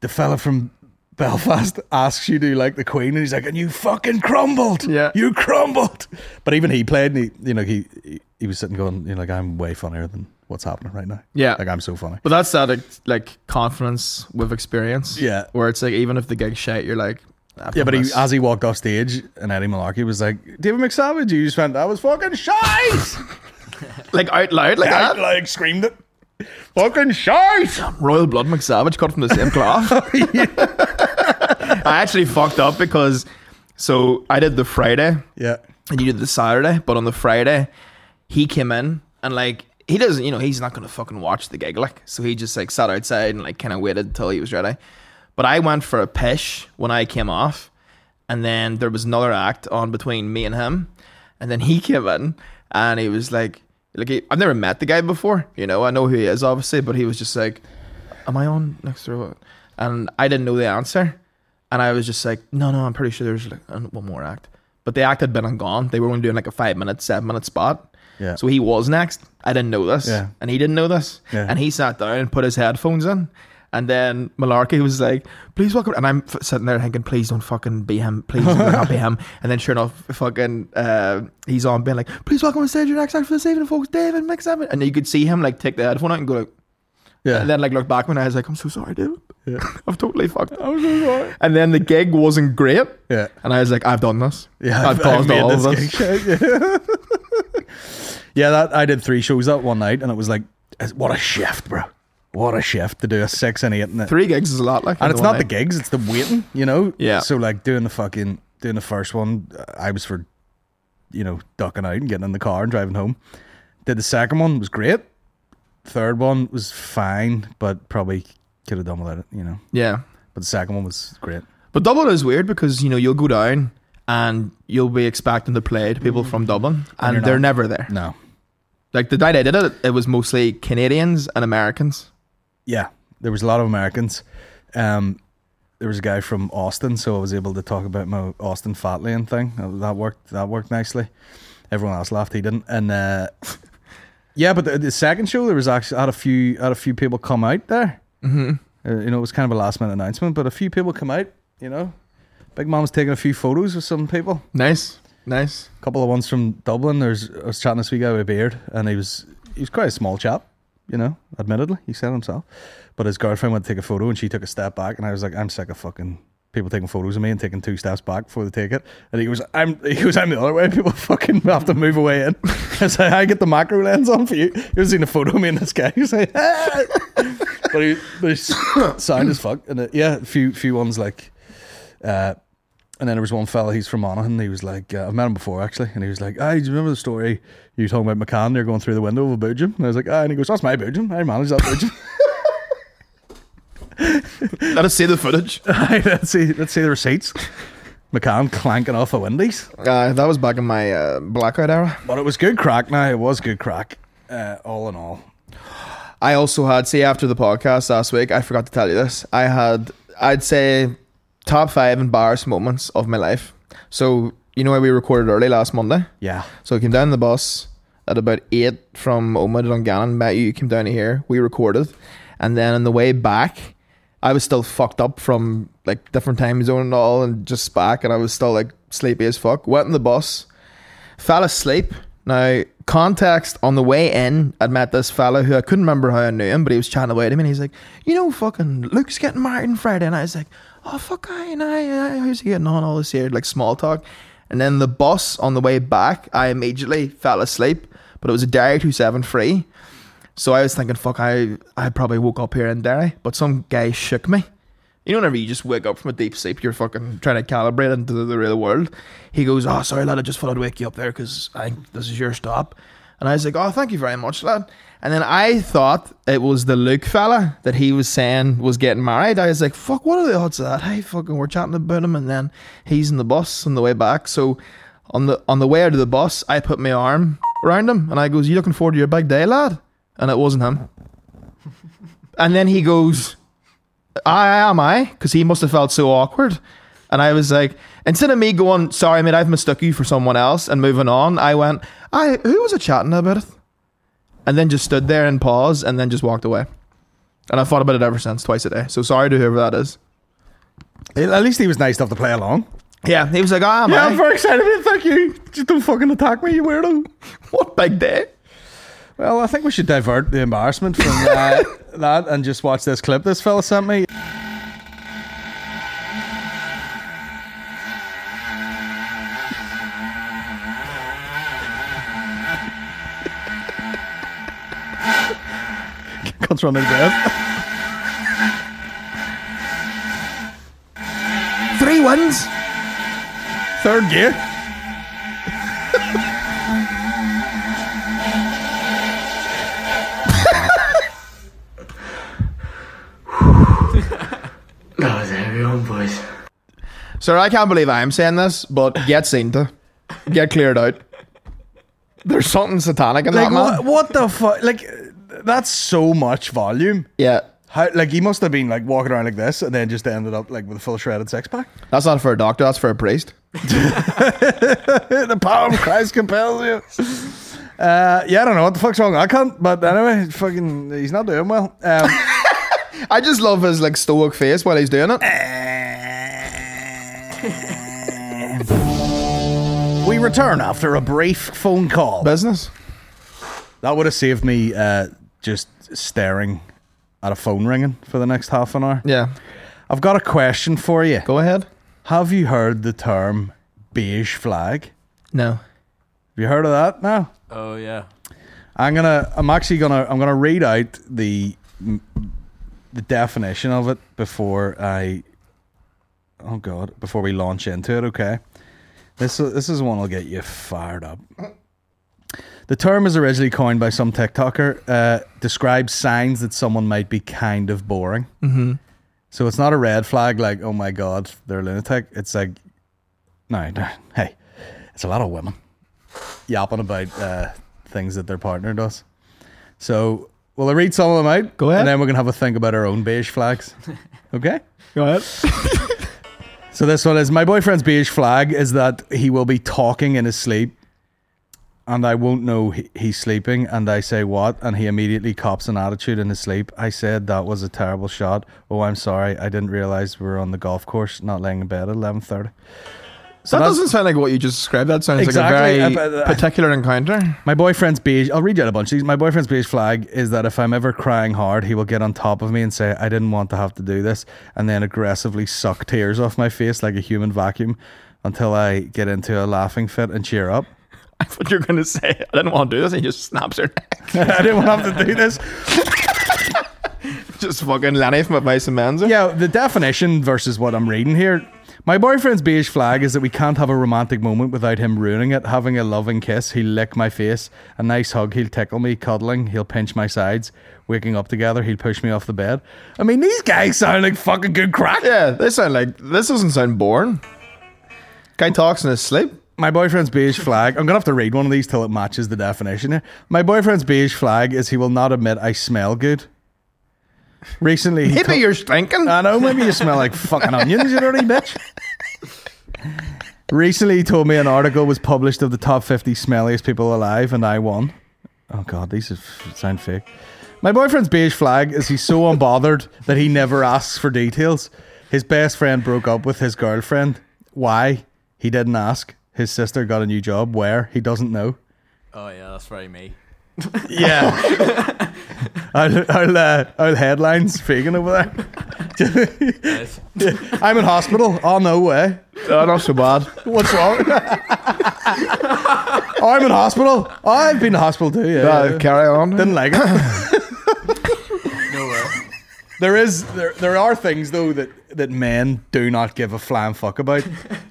[SPEAKER 2] "The fella from Belfast <laughs> asks you, do you like the Queen?" And he's like, "And you fucking crumbled,
[SPEAKER 3] Yeah.
[SPEAKER 2] you crumbled." But even he played, and he, you know, he he, he was sitting going, you know, like I'm way funnier than what's happening right now.
[SPEAKER 3] Yeah.
[SPEAKER 2] like I'm so funny.
[SPEAKER 3] But that's that like, like confidence with experience.
[SPEAKER 2] Yeah.
[SPEAKER 3] Where it's like even if the gig's shit, you're like, "Ah, I've
[SPEAKER 2] Yeah,
[SPEAKER 3] done
[SPEAKER 2] but he,
[SPEAKER 3] this.
[SPEAKER 2] as he walked off stage, and Eddie Malarkey was like, "David McSavage, you just went that was fucking shite." <laughs>
[SPEAKER 3] like out loud like
[SPEAKER 2] I
[SPEAKER 3] that.
[SPEAKER 2] like screamed it, "Fucking shite!"
[SPEAKER 3] Royal Blood McSavage cut from the
[SPEAKER 2] <laughs>
[SPEAKER 3] same cloth. <laughs> I actually fucked up because so I did the Friday
[SPEAKER 2] Yeah,
[SPEAKER 3] and you did the Saturday, but on the Friday he came in and like he doesn't, you know, he's not gonna fucking watch the gig like, so he just like sat outside and like kind of waited until he was ready. But I went for a pish when I came off, and then there was another act on between me and him, and then he came in and he was like, like he, I've never met the guy before, you know, I know who he is obviously, but he was just like, am I on next or what? And I didn't know the answer. And I was just like, no, no, I'm pretty sure there's like an- one more act. But the act had been and gone. They were only doing like a five minute, seven minute spot.
[SPEAKER 2] Yeah.
[SPEAKER 3] So he was next. I didn't know this.
[SPEAKER 2] Yeah.
[SPEAKER 3] And he didn't know this.
[SPEAKER 2] Yeah.
[SPEAKER 3] And he sat down and put his headphones in. And then Malarkey was like, please welcome. And I'm f- sitting there thinking, please don't fucking be him. Please do not
[SPEAKER 2] <laughs>
[SPEAKER 3] be him. And then sure enough, fucking, uh, he's on being like, please welcome on stage your next act for this evening, folks, David McSavin. And you could see him like take the headphone out and go like,
[SPEAKER 2] yeah.
[SPEAKER 3] and then like look back when I was like, I'm so sorry, dude. <laughs> I've totally fucked. Up.
[SPEAKER 2] was so sorry.
[SPEAKER 3] And then the gig wasn't great.
[SPEAKER 2] Yeah.
[SPEAKER 3] And I was like, I've done this.
[SPEAKER 2] Yeah,
[SPEAKER 3] I've, caused
[SPEAKER 2] made
[SPEAKER 3] all of
[SPEAKER 2] this
[SPEAKER 3] this.
[SPEAKER 2] gig <laughs> shite, Yeah, Yeah, that I did three shows that one night, and it was like, what a shift, bro. What a shift to do a six and eight. And, it-
[SPEAKER 3] Three gigs is a lot, like.
[SPEAKER 2] and
[SPEAKER 3] in
[SPEAKER 2] it's
[SPEAKER 3] one
[SPEAKER 2] not the
[SPEAKER 3] night.
[SPEAKER 2] gigs, it's the waiting, you know?
[SPEAKER 3] Yeah.
[SPEAKER 2] So, like, doing the fucking, doing the first one, uh, I was for, you know, ducking out and getting in the car and driving home. Did the second one, was great. Third one was fine, but probably could have done without it, you know?
[SPEAKER 3] Yeah,
[SPEAKER 2] But the second one was great.
[SPEAKER 3] but Dublin is weird because you know you'll go down and you'll be expecting to play to people from Dublin,
[SPEAKER 2] Mm.
[SPEAKER 3] and,
[SPEAKER 2] you're
[SPEAKER 3] they're
[SPEAKER 2] not.
[SPEAKER 3] never there.
[SPEAKER 2] No.
[SPEAKER 3] Like the night I did it, it was mostly Canadians and Americans.
[SPEAKER 2] yeah, there was a lot of Americans. Um, there was a guy from Austin, so I was able to talk about my Austin fat lane thing. That worked. That worked nicely. Everyone else laughed. He didn't. And uh, <laughs> yeah, but the, the second show there was actually I had a few had a few people come out there. Mm-hmm. Uh, you know, it was kind of a last minute announcement, but a few people come out. You know, Big Mom's taking a few photos with some people
[SPEAKER 3] Nice, nice.
[SPEAKER 2] couple of ones from Dublin. There's I was chatting to this wee guy with a beard, and he was he was quite a small chap, you know. Admittedly, he said himself, but his girlfriend went to take a photo, and she took a step back, and I was like, I'm sick of fucking people taking photos of me and taking two steps back before they take it. And he was, I'm he was, I'm the other way. People <laughs> fucking have to move away in. <laughs> I was like, I get the macro lens on for you. You've seen a photo of me and this guy. <laughs> He was like, "Ah." but he, but he's <coughs> sound as fuck, and uh, yeah, a few few ones like. Uh, and then there was one fella, he's from Monaghan. He was like, uh, I've met him before actually. And he was like, Ah, do you remember the story you were talking about McCann? They're going through the window of a boojum. And I was like, Ah, and he goes, That's my boojum. I manage that boojum.
[SPEAKER 3] Let us see the
[SPEAKER 2] <laughs>
[SPEAKER 3] footage.
[SPEAKER 2] <laughs> Aye, let's, see, let's see the receipts. McCann clanking off a Wendy's.
[SPEAKER 3] Uh, that was back in my uh, blackout era.
[SPEAKER 2] But it was good crack now. It was good crack, uh, all in all.
[SPEAKER 3] I also had see after the podcast last week. I forgot to tell you this. I had I'd say top five embarrassed moments of my life. So you know how we recorded early last Monday.
[SPEAKER 2] Yeah.
[SPEAKER 3] So I came down the bus at about eight from Oma to Dungannon. Met you. You came down here. We recorded, and then on the way back, I was still fucked up from like different time zone and all, and just back, and I was still like sleepy as fuck. Went in the bus, fell asleep. Now, context on the way in, I'd met this fella who I couldn't remember how I knew him, but he was chatting away to me, and he's like, "You know, fucking Luke's getting married on Friday," and I was like, "Oh fuck, I and I, how's he getting on?" All this here, like small talk, and then the bus on the way back, I immediately fell asleep, but it was a Derry two seven free, so I was thinking, "Fuck, I, I probably woke up here in Derry," but some guy shook me. You know, whenever you just wake up from a deep sleep, you're fucking trying to calibrate into the, the real world. He goes, Oh, sorry, lad, I just thought I'd wake you up there because I think this is your stop. And I was like, Oh, thank you very much, lad. And then I thought it was the Luke fella that he was saying was getting married. I was like, Fuck, what are the odds of that? Hey, fucking, we're chatting about him. And then he's in the bus on the way back. So on the on the way out of the bus, I put my arm around him and I goes, You looking forward to your big day, lad? And it wasn't him. <laughs> and then he goes, I am I because he must have felt so awkward. And I was like, instead of me going, sorry, mate, I've mistook you for someone else and moving on, I went, I who was I chatting about it? And then just stood there and paused and then just walked away. And I've thought about it ever since, twice a day. So sorry to whoever that is.
[SPEAKER 2] At least he was nice enough to play along.
[SPEAKER 3] Yeah, he was like, "Ah, I am I.
[SPEAKER 2] very excited. Thank you. Just don't fucking attack me, you weirdo.
[SPEAKER 3] what big day?
[SPEAKER 2] Well, I think we should divert the embarrassment from <laughs> uh, that and just watch this clip this fella sent me. <laughs> Comes from the breath.
[SPEAKER 3] Three wins.
[SPEAKER 2] Third gear.
[SPEAKER 3] Sir, I can't believe I'm saying this, but get seen to. Get cleared out. There's something satanic in
[SPEAKER 2] Like
[SPEAKER 3] that man.
[SPEAKER 2] what, what the fuck? Like that's so much volume.
[SPEAKER 3] Yeah.
[SPEAKER 2] How, like he must have been like walking around like this, and then just ended up like with a full shredded six pack.
[SPEAKER 3] That's not for a doctor, that's for a priest.
[SPEAKER 2] <laughs> the power of Christ compels you. Uh, yeah, I don't know what the fuck's wrong. I can't. But anyway, fucking, he's not doing well. Um,
[SPEAKER 3] I just love his like stoic face while he's doing it.
[SPEAKER 2] <laughs> we return after a brief phone call.
[SPEAKER 3] Business.
[SPEAKER 2] that would have saved me uh, just staring at a phone ringing for the next half an hour.
[SPEAKER 3] Yeah.
[SPEAKER 2] I've got a question for you.
[SPEAKER 3] Go ahead.
[SPEAKER 2] Have you heard the term beige flag? Have
[SPEAKER 3] No.
[SPEAKER 2] you heard of that? No.
[SPEAKER 4] Oh yeah.
[SPEAKER 2] I'm gonna. I'm actually gonna. I'm gonna read out the m- the definition of it before I. Oh God! Before we launch into it, okay. This this is one that'll get you fired up. The term is originally coined by some TikToker. Uh, describes signs that someone might be kind of boring. Mm-hmm. So it's not a red flag like, oh my God, they're a lunatic. It's like, no, no, hey, it's a lot of women yapping about uh, things that their partner does. So, will I read some of them out?
[SPEAKER 3] Go ahead.
[SPEAKER 2] And then we're going to have a think about our own beige
[SPEAKER 3] <laughs>
[SPEAKER 2] flags. Okay?
[SPEAKER 3] Go <laughs> ahead.
[SPEAKER 2] So this one is my boyfriend's beige flag is that he will be talking in his sleep, and I won't know he, he's sleeping. And I say what, and he immediately cops an attitude in his sleep. I said that was a terrible shot. Oh, I'm sorry, I didn't realize we were on the golf course, not laying in bed at eleven thirty. So
[SPEAKER 3] that
[SPEAKER 2] that's-
[SPEAKER 3] doesn't sound like what you just described. That sounds
[SPEAKER 2] Exactly,
[SPEAKER 3] like a
[SPEAKER 2] uh,
[SPEAKER 3] very
[SPEAKER 2] but, uh,
[SPEAKER 3] particular <laughs> encounter.
[SPEAKER 2] My boyfriend's beige. I'll read you out a bunch. of these. My boyfriend's beige flag is that if I'm ever crying hard, he will get on top of me and say, "I didn't want to have to do this," and then aggressively suck tears off my face like a human vacuum until I get into a laughing fit and cheer up.
[SPEAKER 3] I thought you were going to say, I didn't want to do this. And he just snaps her <laughs>
[SPEAKER 2] <laughs>
[SPEAKER 3] neck.
[SPEAKER 2] I didn't want to have to do <laughs> this.
[SPEAKER 3] just fucking Lanny from Advice and Menzer.
[SPEAKER 2] Yeah, the definition versus what I'm reading here. My boyfriend's beige flag is that we can't have a romantic moment without him ruining it. Having a loving kiss, he'll lick my face. A nice hug, he'll tickle me. Cuddling, he'll pinch my sides. Waking up together, he'll push me off the bed. I mean, these guys sound like fucking good crack.
[SPEAKER 3] Yeah, they sound like this doesn't sound boring. Guy talks in his sleep.
[SPEAKER 2] My boyfriend's beige flag. I'm gonna have to read one of these till it matches the definition. Here. My boyfriend's beige flag is he will not admit I smell good. Recently, he
[SPEAKER 3] Maybe
[SPEAKER 2] took-
[SPEAKER 3] you're stinking.
[SPEAKER 2] I know, maybe you smell like fucking onions, you dirty bitch. Recently, he told me an article was published of the top 50 smelliest people alive, and I won. Oh, God, these is, sound fake. My boyfriend's beige flag is he's so unbothered that he never asks for details. His best friend broke up with his girlfriend. Why? He didn't ask. His sister got a new job. Where? He doesn't know.
[SPEAKER 4] Oh yeah, that's very me.
[SPEAKER 2] Yeah. <laughs> I'll, I'll, uh, I'll headlines faking over there.
[SPEAKER 4] Yes.
[SPEAKER 2] I'm in hospital. Oh, no way.
[SPEAKER 3] Oh, not so bad. <laughs>
[SPEAKER 2] What's wrong? I'm in hospital. I've been to hospital too. Yeah,
[SPEAKER 3] Uh,
[SPEAKER 2] yeah.
[SPEAKER 3] carry on.
[SPEAKER 2] didn't like it.
[SPEAKER 4] <laughs> No way.
[SPEAKER 2] there is there there are things though that that men do not give a flying fuck about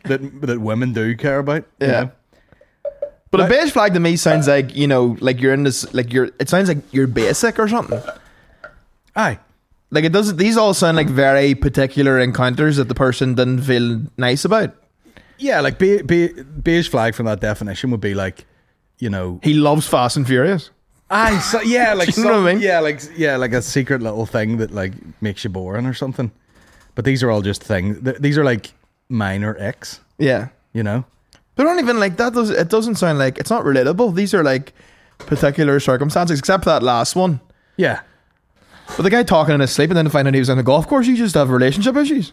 [SPEAKER 2] that that women do care about. you
[SPEAKER 3] yeah.
[SPEAKER 2] know?
[SPEAKER 3] But a beige flag to me sounds like you know, like you're in this, like you're. It sounds like you're basic or something.
[SPEAKER 2] Aye.
[SPEAKER 3] Like it doesn't. These all sound like very particular encounters that the person didn't feel nice about.
[SPEAKER 2] Yeah, like be, be, beige flag from that definition would be like, you know,
[SPEAKER 3] He loves Fast and Furious. <laughs>
[SPEAKER 2] aye, so, yeah, like
[SPEAKER 3] you know
[SPEAKER 2] some-
[SPEAKER 3] what I mean?
[SPEAKER 2] yeah, like yeah, like a secret little thing that like makes you boring or something. But these are all just things. th- These are like minor X,
[SPEAKER 3] Yeah,
[SPEAKER 2] you know.
[SPEAKER 3] but not even like that. Does it doesn't sound like it's not relatable. These are like particular circumstances, except for that last one.
[SPEAKER 2] Yeah.
[SPEAKER 3] But the guy talking in his sleep and then finding he was on a golf course, you just have relationship issues.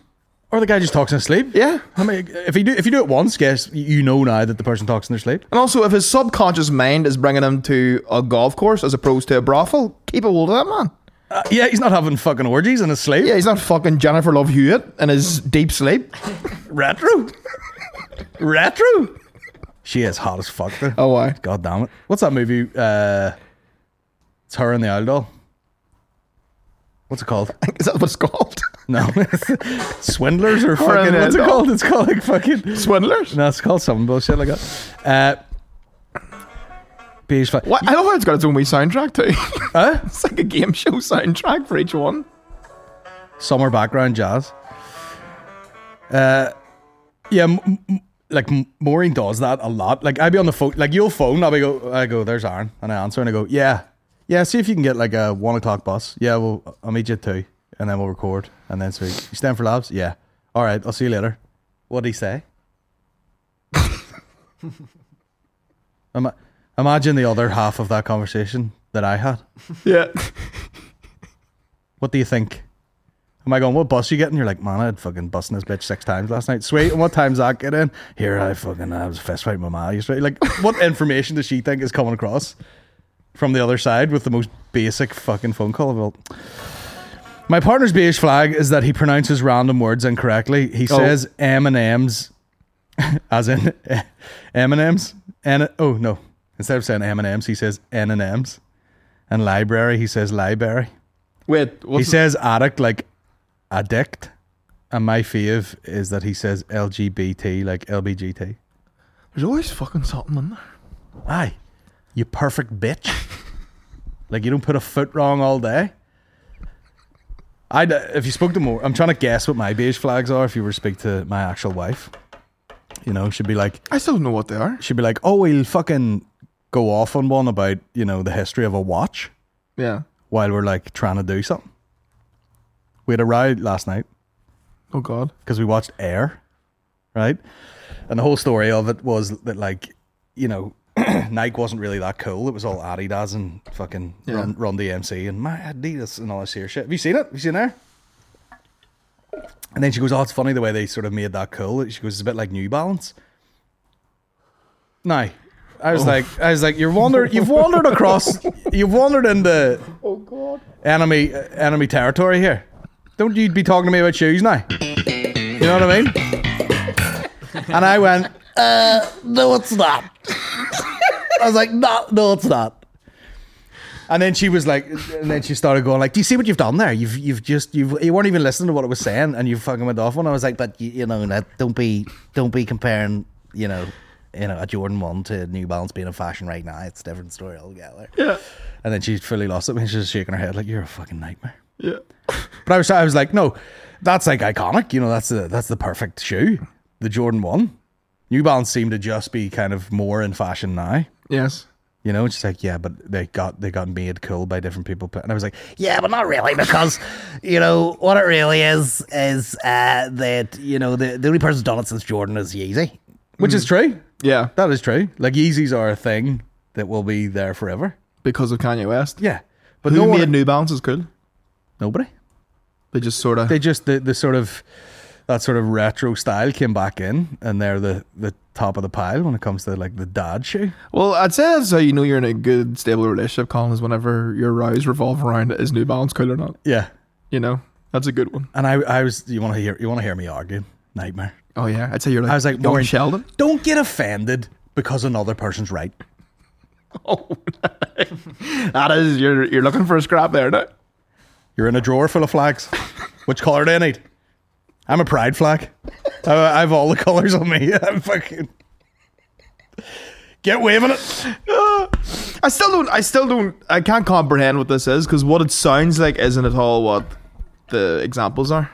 [SPEAKER 2] Or the guy just talks in his sleep.
[SPEAKER 3] Yeah.
[SPEAKER 2] I mean, if you do if you do it once, guess you know now that the person talks in their sleep.
[SPEAKER 3] And also, if his subconscious mind is bringing him to a golf course as opposed to a brothel, keep a hold of that man.
[SPEAKER 2] Uh, yeah, he's not having fucking orgies in his sleep.
[SPEAKER 3] Yeah, he's not fucking Jennifer Love Hewitt in his deep sleep. <laughs>
[SPEAKER 2] Retro. Retro. She is hot as fuck. Though.
[SPEAKER 3] Oh, why?
[SPEAKER 2] God damn it! What's that movie? Uh, it's her and the owl doll. What's it called?
[SPEAKER 3] <laughs> Is that what it's called?
[SPEAKER 2] No, <laughs> swindlers or
[SPEAKER 3] Her and
[SPEAKER 2] fucking.
[SPEAKER 3] the
[SPEAKER 2] What's it
[SPEAKER 3] Owl Doll.
[SPEAKER 2] called? It's called like fucking.
[SPEAKER 3] <laughs> Swindlers?
[SPEAKER 2] No, it's called something bullshit like that. Uh, beige flag.
[SPEAKER 3] What? I love how it's got its own wee soundtrack too. <laughs> it's like a game show soundtrack for each one.
[SPEAKER 2] summer background jazz. Uh, yeah, m- m- like M- Maureen does that a lot. Like I'd be on the phone, like you'll phone, I'll be go, I go, there's Aaron, and I answer, and I go, yeah, yeah, see if you can get like a one o'clock bus. Yeah, well, I'll meet you at two, and then we'll record, and then so you stand for labs. Yeah, all right, I'll see you later. What would he say? Ima- Imagine the other half of that conversation that I had.
[SPEAKER 3] Yeah. <laughs>
[SPEAKER 2] What do you think? Am I going, what bus you getting? You're like, man, I had fucking busting this bitch six times last night. Sweet. And what time's that get in? Here, I fucking, I was fist fighting my ma yesterday. Like, <laughs> what information does she think is coming across from the other side with the most basic fucking phone call of all? My partner's beige flag is that he pronounces random words incorrectly. He
[SPEAKER 3] Oh.
[SPEAKER 2] says M and M's, <laughs> as in M and M's, and oh no, instead of saying M and M's, he says N and M's, and library, he says library.
[SPEAKER 3] Wait,
[SPEAKER 2] He
[SPEAKER 3] what's
[SPEAKER 2] says addict like addict, and my fave is that he says LGBT like LBGT.
[SPEAKER 3] there's always fucking something in there.
[SPEAKER 2] Aye, you perfect bitch. <laughs> like you don't put a foot wrong all day. I'd uh, if you spoke to more. I'm trying to guess what my beige flags are. If you were to speak to my actual wife, you know, she'd be like,
[SPEAKER 3] I still don't know what they are.
[SPEAKER 2] she'd be like, oh, we'll fucking go off on one about you know the history of a watch
[SPEAKER 3] Yeah.
[SPEAKER 2] while we're like trying to do something. We had a ride last night.
[SPEAKER 3] Oh God.
[SPEAKER 2] because we watched Air, right? And the whole story of it was that, like, you know, <clears throat> Nike wasn't really that cool. It was all Adidas and fucking Run, Run DMC and my Adidas and all this here shit. Have you seen it? Have you seen Air? And then she goes, "Oh, it's funny the way they sort of made that cool." She goes, "It's a bit like New Balance." No, I was like, I was like, you're wander, you've wandered across, you've wandered into oh god enemy enemy territory here. Don't you be talking to me about shoes now? You know what I mean? And I went, uh, no, it's not. I was like, no, no, it's not. And then she was like, and then she started going like, "Do you see what you've done there? You've you've just you've you weren't even listening to what I was saying, and you fucking went off." And I was like, "But you, you know, that don't be don't be comparing, you know, you know, a Jordan one to New Balance being in fashion right now. It's a different story altogether." Yeah. And then she fully lost it when she was shaking her head like, "You're a fucking nightmare." <laughs>
[SPEAKER 3] Yeah.
[SPEAKER 2] But I was, I was like, no, that's like iconic. You know, that's the that's the perfect shoe, the Jordan One. New Balance seem to just be kind of more in fashion now.
[SPEAKER 3] Yes.
[SPEAKER 2] You know, it's just like yeah, but they got they got made cool by different people. And I was like, yeah, but not really because you know what it really is is uh, that you know the the only person who's done it since Jordan is Yeezy, which
[SPEAKER 3] Mm.
[SPEAKER 2] is true.
[SPEAKER 3] Yeah.
[SPEAKER 2] That is true. Like Yeezys are a thing that will be there forever.
[SPEAKER 3] Because of Kanye West.
[SPEAKER 2] Yeah, but
[SPEAKER 3] Who
[SPEAKER 2] no
[SPEAKER 3] made
[SPEAKER 2] one,
[SPEAKER 3] New Balance is cool?
[SPEAKER 2] nobody.
[SPEAKER 3] They just sort of.
[SPEAKER 2] they just the, the sort of that sort of retro style came back in and they're the the top of the pile when it comes to like the dad shoe
[SPEAKER 3] Well, I'd say that's how you know you're in a good, stable relationship, Colin, is whenever your rows revolve around is New Balance cool or not.
[SPEAKER 2] yeah
[SPEAKER 3] You know, that's a good one.
[SPEAKER 2] and i i was you want to hear you want to hear me arguing nightmare
[SPEAKER 3] Oh yeah, I'd say you're like.
[SPEAKER 2] i was like
[SPEAKER 3] young
[SPEAKER 2] Maureen,
[SPEAKER 3] Sheldon.
[SPEAKER 2] don't get offended because another person's right
[SPEAKER 3] That is, you're you're looking for a scrap there, no?
[SPEAKER 2] you're in a drawer full of flags which color do i need i'm a pride flag I, I have all the colors on me <laughs> i'm fucking get waving it
[SPEAKER 3] I still don't. I still don't. I can't comprehend what this is because what it sounds like isn't at all what the examples are.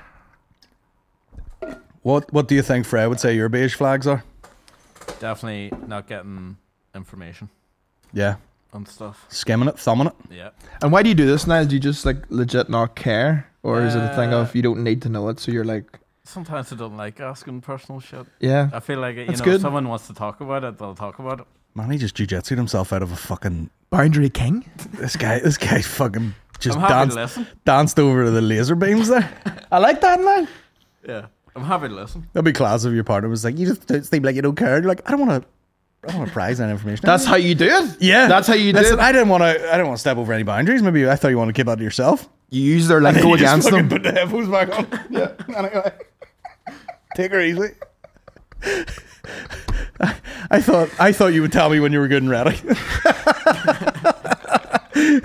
[SPEAKER 2] what what do you think fred would say your beige flags are
[SPEAKER 4] Definitely not getting information
[SPEAKER 2] yeah
[SPEAKER 4] on stuff.
[SPEAKER 2] skimming it thumbing it
[SPEAKER 4] Yeah.
[SPEAKER 3] And why do you do this now? Do you just like legit not care, or is it a thing
[SPEAKER 4] Uh,
[SPEAKER 3] of you don't need to know it, so you're like,
[SPEAKER 4] Sometimes I don't like asking personal shit. I
[SPEAKER 3] yeah,
[SPEAKER 4] feel like you
[SPEAKER 3] That's
[SPEAKER 4] know,
[SPEAKER 3] good.
[SPEAKER 4] if someone wants to talk about it, they'll talk about it.
[SPEAKER 2] Man, he just jujitsued himself out of a fucking.
[SPEAKER 3] boundary king.
[SPEAKER 2] This guy, this guy fucking just
[SPEAKER 4] I'm happy to
[SPEAKER 2] danced,
[SPEAKER 4] listen.
[SPEAKER 2] danced over to the laser beams there. I like that, man.
[SPEAKER 4] Yeah. I'm happy to listen.
[SPEAKER 2] That'd be class if your partner was like, "You just don't seem like you don't care." And you're like, "I don't want to, I don't want to prize that information."
[SPEAKER 3] That's how you do it.
[SPEAKER 2] yeah,
[SPEAKER 3] that's how you do
[SPEAKER 2] Listen,
[SPEAKER 3] it.
[SPEAKER 2] I didn't want to, I didn't want to step over any boundaries. Maybe I thought you wanted to keep that to yourself.
[SPEAKER 3] you use their like
[SPEAKER 2] Then <laughs>
[SPEAKER 3] go
[SPEAKER 2] you just fucking
[SPEAKER 3] against them.
[SPEAKER 2] Put the headphones back on. yeah, <laughs> take her easy. I, I thought I thought you would tell me when you were good and ready. <laughs>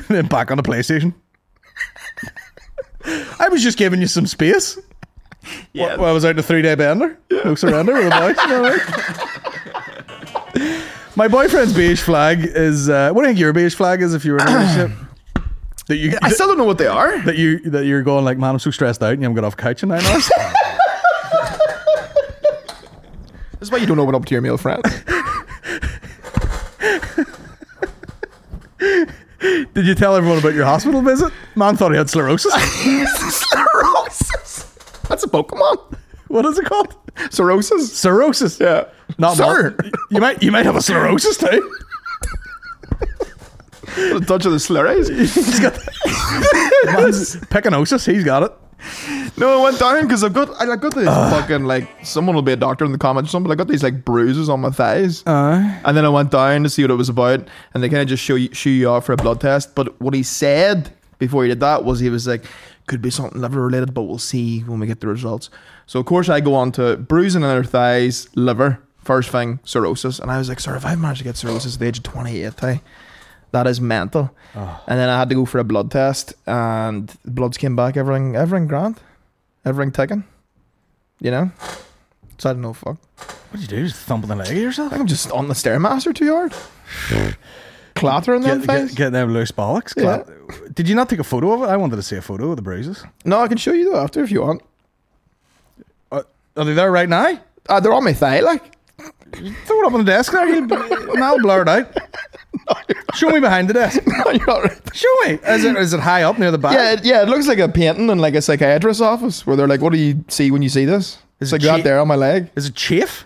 [SPEAKER 2] then back on the PlayStation. I was just giving you some space. Yeah. While I was out in a three day bender. No surrender with the boys. you know what I mean? My boyfriend's beige flag is uh, what do you think your beige flag is if you were in a <coughs> relationship? That you,
[SPEAKER 3] I still don't know what they are.
[SPEAKER 2] that you that you're going like, man, I'm so stressed out, and you haven't got off couch in nine hours.
[SPEAKER 3] That's why you don't open up to your male friend.
[SPEAKER 2] <laughs> Did you tell everyone about your hospital visit? Man thought he had <laughs> sclerosis.
[SPEAKER 3] Cirrhosis. <laughs> That's a Pokemon.
[SPEAKER 2] what is it called?
[SPEAKER 3] Cirrhosis.
[SPEAKER 2] Cirrhosis.
[SPEAKER 3] Yeah.
[SPEAKER 2] Not
[SPEAKER 3] Sir.
[SPEAKER 2] mul- You might you might have a eh? sclerosis too.
[SPEAKER 3] A touch of the slurries.
[SPEAKER 2] <laughs> He's got <laughs> Man's pecanosis. He's got it.
[SPEAKER 3] No, I went down because I've got I I got these fucking like someone will be a doctor in the comments or something. But I got these like bruises on my thighs, and then I went down to see what it was about, and they kind of just show you, show you off for a blood test. But what he said before he did that was he was like, "Could be something liver related, but we'll see when we get the results." So of course I go on to bruising in their thighs, liver, first thing cirrhosis, and I was like, "Sir, if I managed to get cirrhosis at the age of twenty eight, eh?" That is mental. And then I had to go for a blood test, and the bloods came back. Everything, everything grand, everything ticking. You know, so I don't know. Fuck,
[SPEAKER 2] What do you do? Just thumping the leg of yourself?
[SPEAKER 3] I'm just on the stairmaster too hard, clattering them
[SPEAKER 2] Get,
[SPEAKER 3] things.
[SPEAKER 2] get, get them loose bollocks.
[SPEAKER 3] Yeah.
[SPEAKER 2] Clap. Did you not take a photo of it? I wanted to see a photo of the bruises.
[SPEAKER 3] No, I can show you though after if you want.
[SPEAKER 2] Are they there right now?
[SPEAKER 3] Uh, they're on my thigh, like.
[SPEAKER 2] Throw it up on the desk there. He'll,
[SPEAKER 3] <laughs>
[SPEAKER 2] now blur it <laughs> out. Show me behind the <laughs> desk.
[SPEAKER 3] No, you're all right.
[SPEAKER 2] Show me. Is it is it high up near the back?
[SPEAKER 3] Yeah, it, yeah, it looks like a painting in like a psychiatrist's office where they're like, "What do you see when you see this?" It's
[SPEAKER 2] Is
[SPEAKER 3] like
[SPEAKER 2] it
[SPEAKER 3] that
[SPEAKER 2] cheap?
[SPEAKER 3] there on my leg.
[SPEAKER 2] Is it chafe?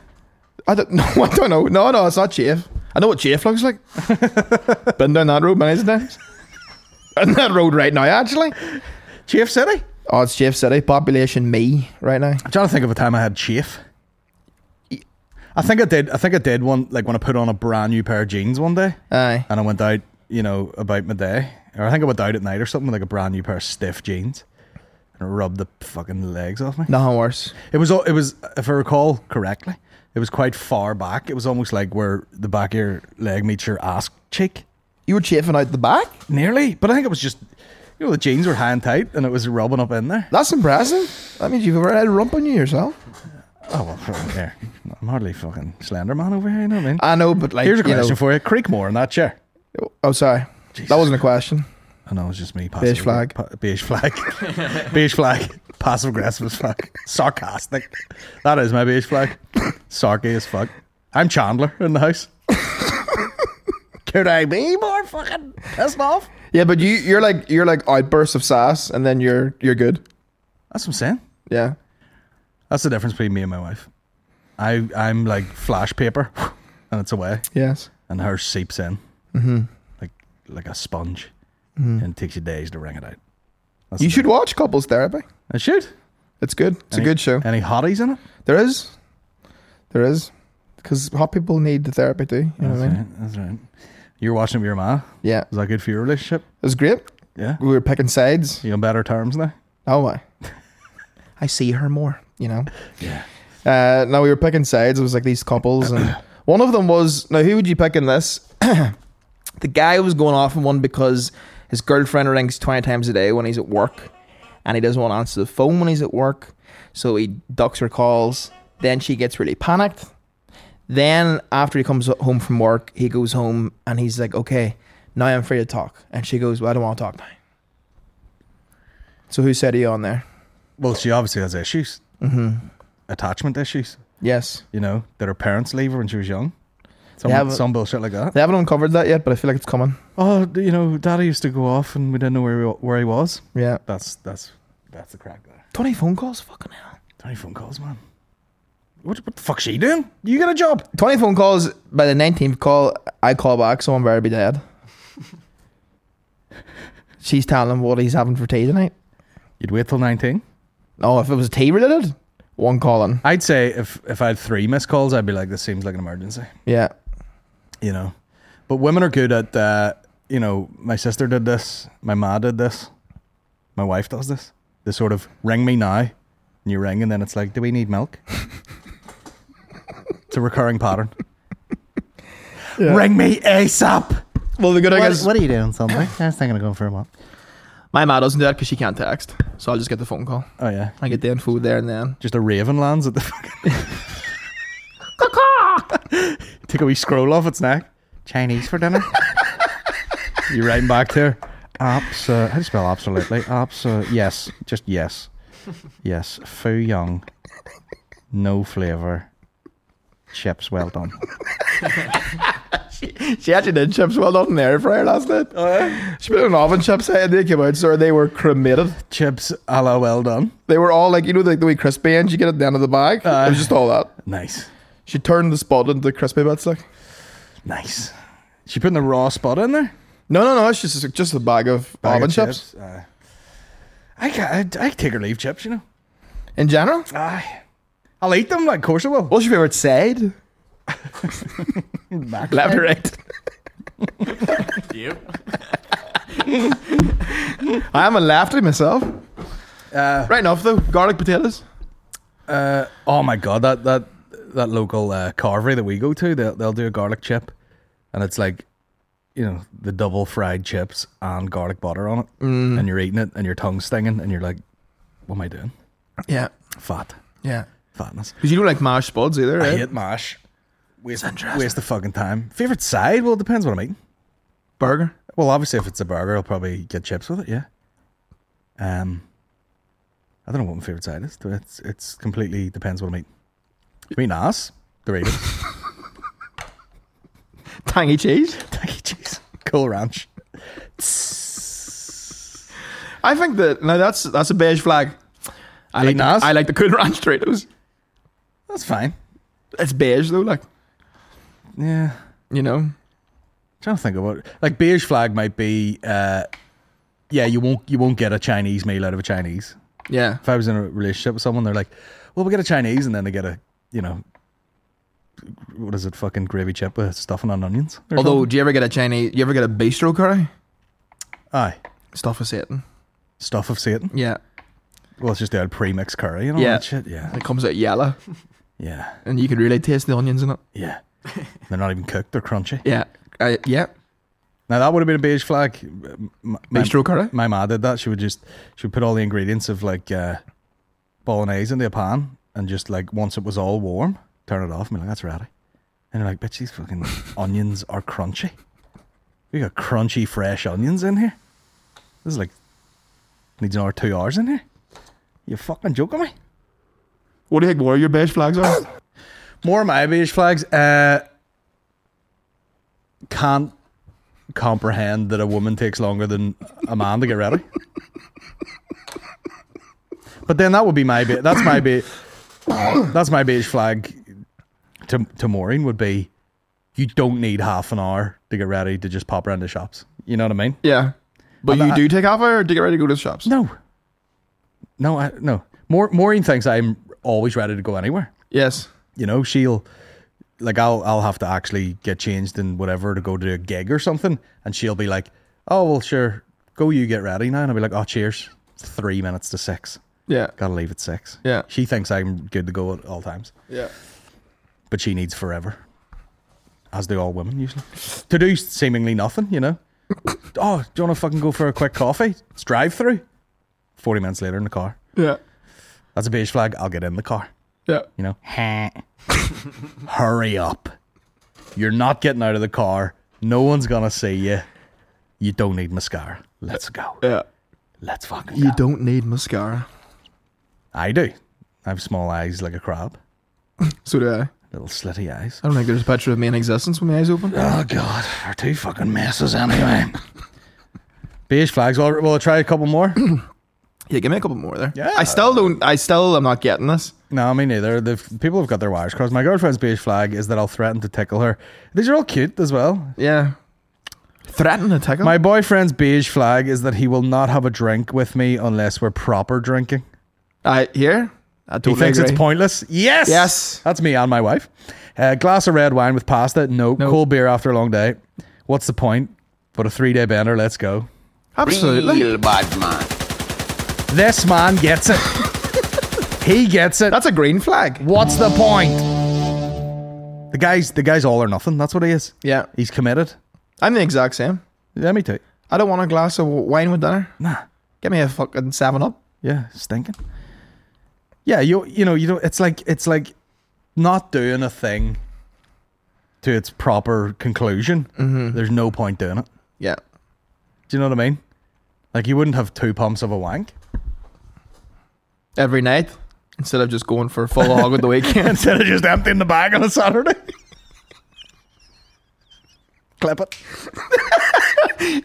[SPEAKER 3] I don't <laughs> know. I don't know. No, no, it's not chafe. I know what chafe
[SPEAKER 2] <laughs>
[SPEAKER 3] looks like. Been down that road many times. On that road right now, actually.
[SPEAKER 2] Chafe City?
[SPEAKER 3] Oh, it's Chafe City, population me right now.
[SPEAKER 2] I'm trying to think of a time I had chafe. I think I did. I think I did one like when I put on a brand new pair of jeans one day,
[SPEAKER 3] Aye.
[SPEAKER 2] and I went out, you know, about midday, or I think I went out at night or something with like a brand new pair of stiff jeans, and it rubbed the fucking legs off me.
[SPEAKER 3] Nothing worse.
[SPEAKER 2] It was. all- It was. If I recall correctly, it was quite far back. It was almost like where the back of your leg meets your ass cheek,
[SPEAKER 3] You were chafing out the back?
[SPEAKER 2] nearly. But I think it was just, you know, the jeans were high and tight, and it was rubbing up in there.
[SPEAKER 3] That's impressive. That means you've ever had a rump on you yourself.
[SPEAKER 2] Oh well, <laughs> fucking here. I'm hardly fucking slender man over here. You know what I mean?
[SPEAKER 3] I know, but like,
[SPEAKER 2] Here's a
[SPEAKER 3] you
[SPEAKER 2] question
[SPEAKER 3] know-
[SPEAKER 2] for you. Creekmore in that chair.
[SPEAKER 3] Oh, sorry.
[SPEAKER 2] Jesus.
[SPEAKER 3] That wasn't a question.
[SPEAKER 2] I know it's just me. Passive
[SPEAKER 3] flag.
[SPEAKER 2] pa- beige flag. beige flag. <laughs> Passive aggressive as fuck. Sarcastic. That is my beige flag. Sarky as fuck. I'm Chandler in the house. <coughs> Could I be more fucking pissed off?
[SPEAKER 3] Yeah, but you, you're like, you're like outbursts of sass, and then you're, you're good.
[SPEAKER 2] That's what I'm saying.
[SPEAKER 3] Yeah.
[SPEAKER 2] That's the difference between me and my wife. I I'm like flash paper, <laughs> and it's away,
[SPEAKER 3] Yes.
[SPEAKER 2] and hers seeps in, mm-hmm. like like a sponge, and it takes you days to wring it out. That's
[SPEAKER 3] Mm-hmm. You
[SPEAKER 2] the
[SPEAKER 3] should watch Couples Therapy.
[SPEAKER 2] I should.
[SPEAKER 3] It's good. It's a
[SPEAKER 2] Any-
[SPEAKER 3] good show.
[SPEAKER 2] Any hotties in it?
[SPEAKER 3] There is. There is. Because hot people need the therapy too. You know what I mean?
[SPEAKER 2] Right, that's right. You were watching it with your ma.
[SPEAKER 3] Yeah.
[SPEAKER 2] Is that good for your relationship?
[SPEAKER 3] It was great.
[SPEAKER 2] Yeah.
[SPEAKER 3] We were picking sides.
[SPEAKER 2] You on better terms now?
[SPEAKER 3] Oh my. <laughs> I see her more, you know? Yeah. Uh, now we were picking sides. It was like these couples. And one of them was, now who would you pick in this? <clears throat> the guy was going off on one because his girlfriend rings 20 times a day when he's at work. And he doesn't want to answer the phone when he's at work. So he ducks her calls. Then she gets really panicked. Then after he comes home from work, he goes home and he's like, "Okay, now I'm free to talk." And she goes, "Well, I don't want to talk now." So who said he on there?
[SPEAKER 2] Well, she obviously has issues. Mm-hmm. Attachment issues,
[SPEAKER 3] Yes,
[SPEAKER 2] you know, that her parents leave her when she was young. Some,
[SPEAKER 3] They have a-
[SPEAKER 2] some bullshit like that.
[SPEAKER 3] they haven't uncovered that yet, but I feel like it's coming.
[SPEAKER 2] Oh, d- you know, daddy used to go off and we didn't know where he, wa- where he was.
[SPEAKER 3] Yeah,
[SPEAKER 2] That's that's that's the crack there.
[SPEAKER 3] twenty phone calls, fucking hell.
[SPEAKER 2] 20 phone calls, man. What, what the fuck's she doing? You got a job.
[SPEAKER 3] Twenty phone calls by the nineteenth call, I call back. Someone better
[SPEAKER 2] <laughs>
[SPEAKER 3] be dead. She's telling him what he's having for tea tonight.
[SPEAKER 2] You'd wait till 19.
[SPEAKER 3] Oh, if it was tea related, one calling.
[SPEAKER 2] I'd say if, if I had three missed calls, I'd be like, this seems like an emergency.
[SPEAKER 3] Yeah,
[SPEAKER 2] you know. But women are good at uh, you know, my sister did this, my ma did this, my wife does this. They sort of ring me now, and you ring, and then it's like, do we need milk? it's a recurring pattern. Ring me ASAP.
[SPEAKER 3] Well, the good thing is
[SPEAKER 2] are you doing, something? I was thinking of going for a walk.
[SPEAKER 3] my ma doesn't do that because she can't text, so I'll just get the phone call.
[SPEAKER 2] Oh yeah,
[SPEAKER 3] I get the info there and then.
[SPEAKER 2] just a raven lands at the fucking. <laughs> Take a wee scroll off its neck. Chinese for dinner. you writing back there? Abs. Uh, how do you spell absolutely? Abs. Uh, yes. Just yes. Yes. Foo young. No flavor. Chips. Well done.
[SPEAKER 3] She actually did chips well done in the air fryer last night.
[SPEAKER 2] Oh,
[SPEAKER 3] she put an oven chips eh, and they came out, sir. They were cremated.
[SPEAKER 2] Chips. A la well done.
[SPEAKER 3] They were all like, you know, like the way crispy ends you get at the end of the bag. it was just all that.
[SPEAKER 2] Nice.
[SPEAKER 3] She turned the spot into crispy bits. Like,
[SPEAKER 2] Nice. She putting the raw spot in there.
[SPEAKER 3] no, no, no. It's just just a bag of
[SPEAKER 2] Bag of
[SPEAKER 3] oven chips.
[SPEAKER 2] Aye. I can't. I, I take or leave chips. You know.
[SPEAKER 3] in general.
[SPEAKER 2] Aye. I'll eat them, like, of course I will.
[SPEAKER 3] Ah. What's your favorite <laughs> side? Left or right?
[SPEAKER 4] You?
[SPEAKER 3] I am a lefty myself.
[SPEAKER 2] Uh,
[SPEAKER 3] Right enough though. Garlic potatoes.
[SPEAKER 2] Uh, oh my god, that that that local uh, carvery that we go to, they'll, they'll do a garlic chip, and it's like, you you know the double fried chips and garlic butter on it, and you're eating it, and your tongue's stinging, and you're like, "What am I doing?
[SPEAKER 3] Yeah.
[SPEAKER 2] Fat,
[SPEAKER 3] Yeah.
[SPEAKER 2] fatness."
[SPEAKER 3] Because you don't like mashed spuds either, eh?
[SPEAKER 2] I
[SPEAKER 3] right?
[SPEAKER 2] hate mash. Waste, waste of fucking time. Favorite side? Well, it depends what I'm eating.
[SPEAKER 3] Burger.
[SPEAKER 2] Well, obviously, if it's a burger, I'll probably get chips with it. Yeah. Um, I don't know what my favorite side is. It's it's completely depends what I'm eating. If I'm eating ass, Doritos,
[SPEAKER 3] Tangy cheese.
[SPEAKER 2] tangy cheese, Cool Ranch.
[SPEAKER 3] I think that now that's that's a beige flag. I like
[SPEAKER 2] Eating
[SPEAKER 3] the,
[SPEAKER 2] ass?
[SPEAKER 3] I like the Cool Ranch Doritos.
[SPEAKER 2] That's fine.
[SPEAKER 3] It's beige though, like
[SPEAKER 2] Yeah.
[SPEAKER 3] you know.
[SPEAKER 2] trying to think about it. like beige flag might be uh yeah you won't you won't get a chinese meal out of a chinese
[SPEAKER 3] Yeah.
[SPEAKER 2] if i was in a relationship with someone they're like well we'll get a chinese and then they get a you know what is it fucking gravy chip with stuffing and onions or
[SPEAKER 3] Although,
[SPEAKER 2] something.
[SPEAKER 3] do you ever get a Chinese? You ever get a bistro curry?
[SPEAKER 2] aye
[SPEAKER 3] Stuff of Satan.
[SPEAKER 2] stuff of satan
[SPEAKER 3] Yeah.
[SPEAKER 2] well it's just the old pre-mixed curry and all
[SPEAKER 3] Yeah.
[SPEAKER 2] that shit yeah
[SPEAKER 3] It comes out yellow, <laughs>
[SPEAKER 2] yeah
[SPEAKER 3] and you can really taste the onions in it.
[SPEAKER 2] yeah they're not even cooked they're crunchy
[SPEAKER 3] Yeah. I, yeah.
[SPEAKER 2] now that would have been a beige flag M- my-
[SPEAKER 3] Bistro curry.
[SPEAKER 2] my ma did that. She would just she would put all the ingredients of like uh, bolognese into a pan and just like once it was all warm, turn it off and be like, that's ready. And you're like, bitch, these fucking <laughs> onions are crunchy. We got crunchy fresh onions in here. This is like needs another two hours in here. You fucking joking me?
[SPEAKER 3] What do you think more of your beige flags are?
[SPEAKER 2] More of my beige flags. Uh, can't comprehend that a woman takes longer than a man to get ready. But then that would be my be- that's my be- that's my beige flag to to Maureen would be you don't need half an hour to get ready to just pop around the shops. You know what I mean?
[SPEAKER 3] <coughs> yeah. But
[SPEAKER 2] I'm
[SPEAKER 3] you
[SPEAKER 2] not-
[SPEAKER 3] do take half hour to get ready to go to the shops.
[SPEAKER 2] No. No, I, no. More, Maureen thinks I'm always ready to go anywhere.
[SPEAKER 3] Yes.
[SPEAKER 2] you know she'll like i'll i'll have to actually get changed and whatever to go to a gig or something and she'll be like oh well sure go you get ready now and i'll be like oh cheers it's three minutes to six
[SPEAKER 3] Yeah.
[SPEAKER 2] gotta leave at six
[SPEAKER 3] Yeah.
[SPEAKER 2] she thinks i'm good to go at all times
[SPEAKER 3] Yeah.
[SPEAKER 2] but she needs forever as do all women usually to do seemingly nothing you know <coughs> oh do you want to fucking go for a quick coffee it's drive through 40 minutes later in the car
[SPEAKER 3] Yeah.
[SPEAKER 2] that's a beige flag i'll get in the car
[SPEAKER 3] Yeah.
[SPEAKER 2] you know, <laughs> hurry up. You're not getting out of the car. No one's going to see you. You don't need mascara. Let's go.
[SPEAKER 3] Yeah.
[SPEAKER 2] Let's fucking go.
[SPEAKER 3] You don't need mascara.
[SPEAKER 2] I do. I have small eyes like a crab,
[SPEAKER 3] So do I. I
[SPEAKER 2] little slitty eyes.
[SPEAKER 3] don't think there's a picture of me in existence with my eyes open.
[SPEAKER 2] Oh, God. They're two fucking messes anyway. <laughs> Beige flags. Well, will I try a couple more? <clears throat>
[SPEAKER 3] Yeah, give me a couple more there.
[SPEAKER 2] Yeah.
[SPEAKER 3] I still don't. I still am not getting this.
[SPEAKER 2] no, me neither. The f- people have got their wires crossed. My girlfriend's beige flag is that I'll threaten to tickle her. These are all cute as well.
[SPEAKER 3] Yeah. Threaten to tickle.
[SPEAKER 2] My boyfriend's beige flag is that he will not have a drink with me unless we're proper drinking.
[SPEAKER 3] I here. I
[SPEAKER 2] He
[SPEAKER 3] totally
[SPEAKER 2] thinks
[SPEAKER 3] agree.
[SPEAKER 2] it's pointless. Yes.
[SPEAKER 3] Yes.
[SPEAKER 2] That's me and my wife. A glass of red wine with pasta. No.
[SPEAKER 3] No.
[SPEAKER 2] Cold beer after a long day. What's the point? But a three day bender. Let's go.
[SPEAKER 3] Absolutely.
[SPEAKER 5] Real bad man.
[SPEAKER 2] This man gets
[SPEAKER 3] <laughs>
[SPEAKER 2] it. he gets it.
[SPEAKER 3] That's a green flag.
[SPEAKER 2] What's the point? The guy's the guy's all or nothing. That's what he is.
[SPEAKER 3] Yeah.
[SPEAKER 2] He's committed.
[SPEAKER 3] I'm the exact same.
[SPEAKER 2] Yeah, me too.
[SPEAKER 3] I don't want a glass of wine with dinner.
[SPEAKER 2] Nah.
[SPEAKER 3] Give me a fucking seven up.
[SPEAKER 2] Yeah, stinking. Yeah, you you know you know it's like it's like not doing a thing to its proper conclusion. There's no point doing it.
[SPEAKER 3] Yeah.
[SPEAKER 2] Do you know what I mean? Like you wouldn't have two pumps of a wank <laughs>
[SPEAKER 3] Every night instead of just going for a full hog with
[SPEAKER 2] <laughs>
[SPEAKER 3] the weekend.
[SPEAKER 2] instead of just emptying the bag on a Saturday. <laughs> Clip it.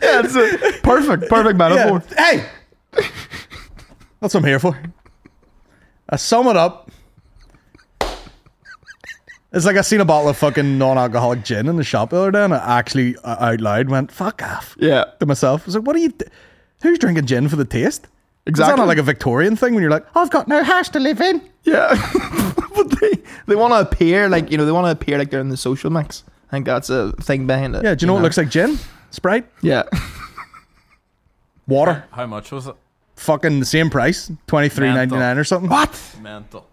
[SPEAKER 3] yeah, it's a <laughs> perfect, perfect metaphor.
[SPEAKER 2] Hey, that's what I'm here for. I sum it up. It's like I seen a bottle of fucking non-alcoholic gin in the shop the other day, and I actually uh, out loud went "fuck off"
[SPEAKER 3] Yeah.
[SPEAKER 2] to myself. I was like, "What are you? d who's drinking gin for the taste?" Is that
[SPEAKER 3] Exactly.
[SPEAKER 2] not like a Victorian thing when you're like, "I've got no house to live in"?
[SPEAKER 3] Yeah. <laughs> but they, they want to appear like, you know, they want to appear like they're in the social mix. I think that's a thing behind it.
[SPEAKER 2] Yeah. Do you know what looks like gin? Sprite,
[SPEAKER 3] Yeah. <laughs>
[SPEAKER 2] water,
[SPEAKER 4] How much was it?
[SPEAKER 2] fucking the same price, twenty three ninety nine or something.
[SPEAKER 3] what?
[SPEAKER 4] Mental.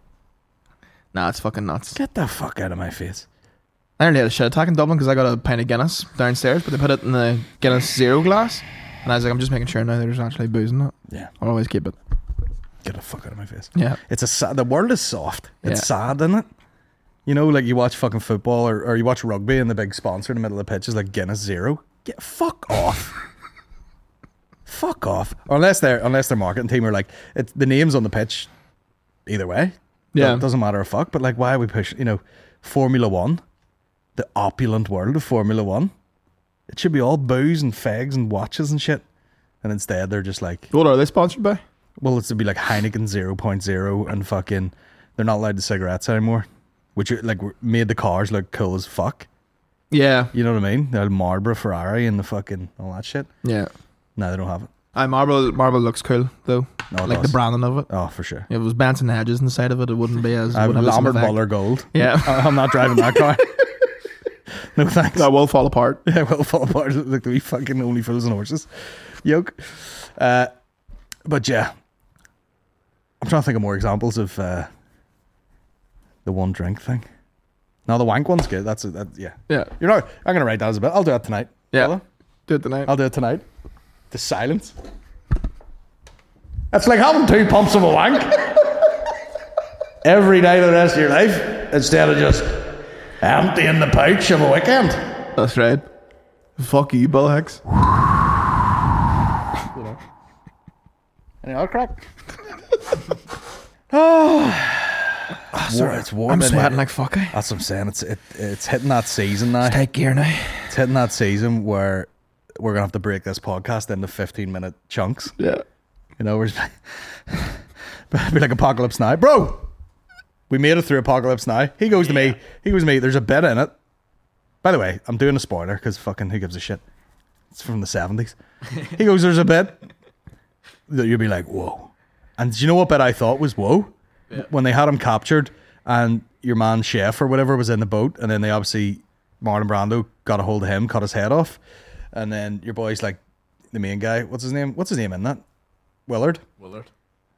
[SPEAKER 3] Nah, it's fucking nuts.
[SPEAKER 2] Get the fuck out of my face.
[SPEAKER 3] I nearly had a shit attack in Dublin because I got a pint of Guinness downstairs, but they put it in the Guinness zero glass, and I was like, I'm just making sure now there's actually booze in it.
[SPEAKER 2] Yeah.
[SPEAKER 3] I'll always keep it.
[SPEAKER 2] Get the fuck out of my face.
[SPEAKER 3] Yeah.
[SPEAKER 2] It's a sad, the world is soft. It's
[SPEAKER 3] Yeah.
[SPEAKER 2] sad, isn't it? You know, like you watch fucking football or, or you watch rugby and the big sponsor in the middle of the pitch is like Guinness Zero. Get fuck
[SPEAKER 3] <laughs>
[SPEAKER 2] off. fuck off. Unless they're unless their marketing team are like it's the name's on the pitch either way.
[SPEAKER 3] Yeah.
[SPEAKER 2] It doesn't matter a fuck, but like why are we pushing you know, Formula One? The opulent world of Formula One. It should be all booze and fags and watches and shit. And instead they're just like
[SPEAKER 3] What are they sponsored by?
[SPEAKER 2] well, it's to be like Heineken 0.0 and fucking they're not allowed to cigarettes anymore, which like made the cars look cool as fuck.
[SPEAKER 3] Yeah.
[SPEAKER 2] You know what I mean? The Marlboro Ferrari and the fucking all that shit.
[SPEAKER 3] Yeah.
[SPEAKER 2] No, they don't have it.
[SPEAKER 3] I Marble Marble looks cool though.
[SPEAKER 2] No, it
[SPEAKER 3] like
[SPEAKER 2] does.
[SPEAKER 3] the branding of it.
[SPEAKER 2] Oh, for sure.
[SPEAKER 3] If it was Benson Hedges on the side of it, it wouldn't be as.
[SPEAKER 2] I have
[SPEAKER 3] wouldn't have the same
[SPEAKER 2] Lambert
[SPEAKER 3] effect.
[SPEAKER 2] Muller Gold.
[SPEAKER 3] Yeah.
[SPEAKER 2] I- <laughs> I'm not driving that
[SPEAKER 3] <laughs>
[SPEAKER 2] car. no thanks.
[SPEAKER 3] That will fall <laughs> apart.
[SPEAKER 2] I will fall apart <laughs> like the wee fucking only fools and horses. Yoke. Uh, but yeah. I'm trying to think of more examples of uh, the one drink thing. No, the wank one's good. That's it. That, yeah.
[SPEAKER 3] Yeah.
[SPEAKER 2] You're not. I'm gonna write that as a bit. I'll do that tonight.
[SPEAKER 3] Yeah.
[SPEAKER 2] Will I?
[SPEAKER 3] Do it tonight.
[SPEAKER 2] I'll do it tonight. The silence. That's like having two pumps of a wank every day of the rest of your life instead of just emptying the pouch of a weekend.
[SPEAKER 3] That's right. Fuck you, Bill Hicks.
[SPEAKER 2] Any other crack? oh, sorry, it's warm.
[SPEAKER 3] Ah, I'm
[SPEAKER 2] in
[SPEAKER 3] sweating
[SPEAKER 2] here.
[SPEAKER 3] like fuck. eh?
[SPEAKER 2] That's what I'm saying. It's it, it's hitting that season now.
[SPEAKER 3] Take gear now.
[SPEAKER 2] It's hitting that season where we're gonna have to break this podcast into 15 minute chunks.
[SPEAKER 3] Yeah.
[SPEAKER 2] You know, we're <laughs> just be like apocalypse now, bro. We made it through apocalypse now. He goes to me. He goes to me. There's a bit in it. By the way, I'm doing a spoiler because fucking who gives a shit? It's from the 70s. He goes, there's a bit that you'd be like, whoa. And do you know what bit I thought was whoa? When they had him captured and your man Chef or whatever was in the boat, and then they obviously Marlon Brando got a hold of him, cut his head off, and then your boy's like the main guy. What's his name? What's his name in that? Willard.
[SPEAKER 4] Willard.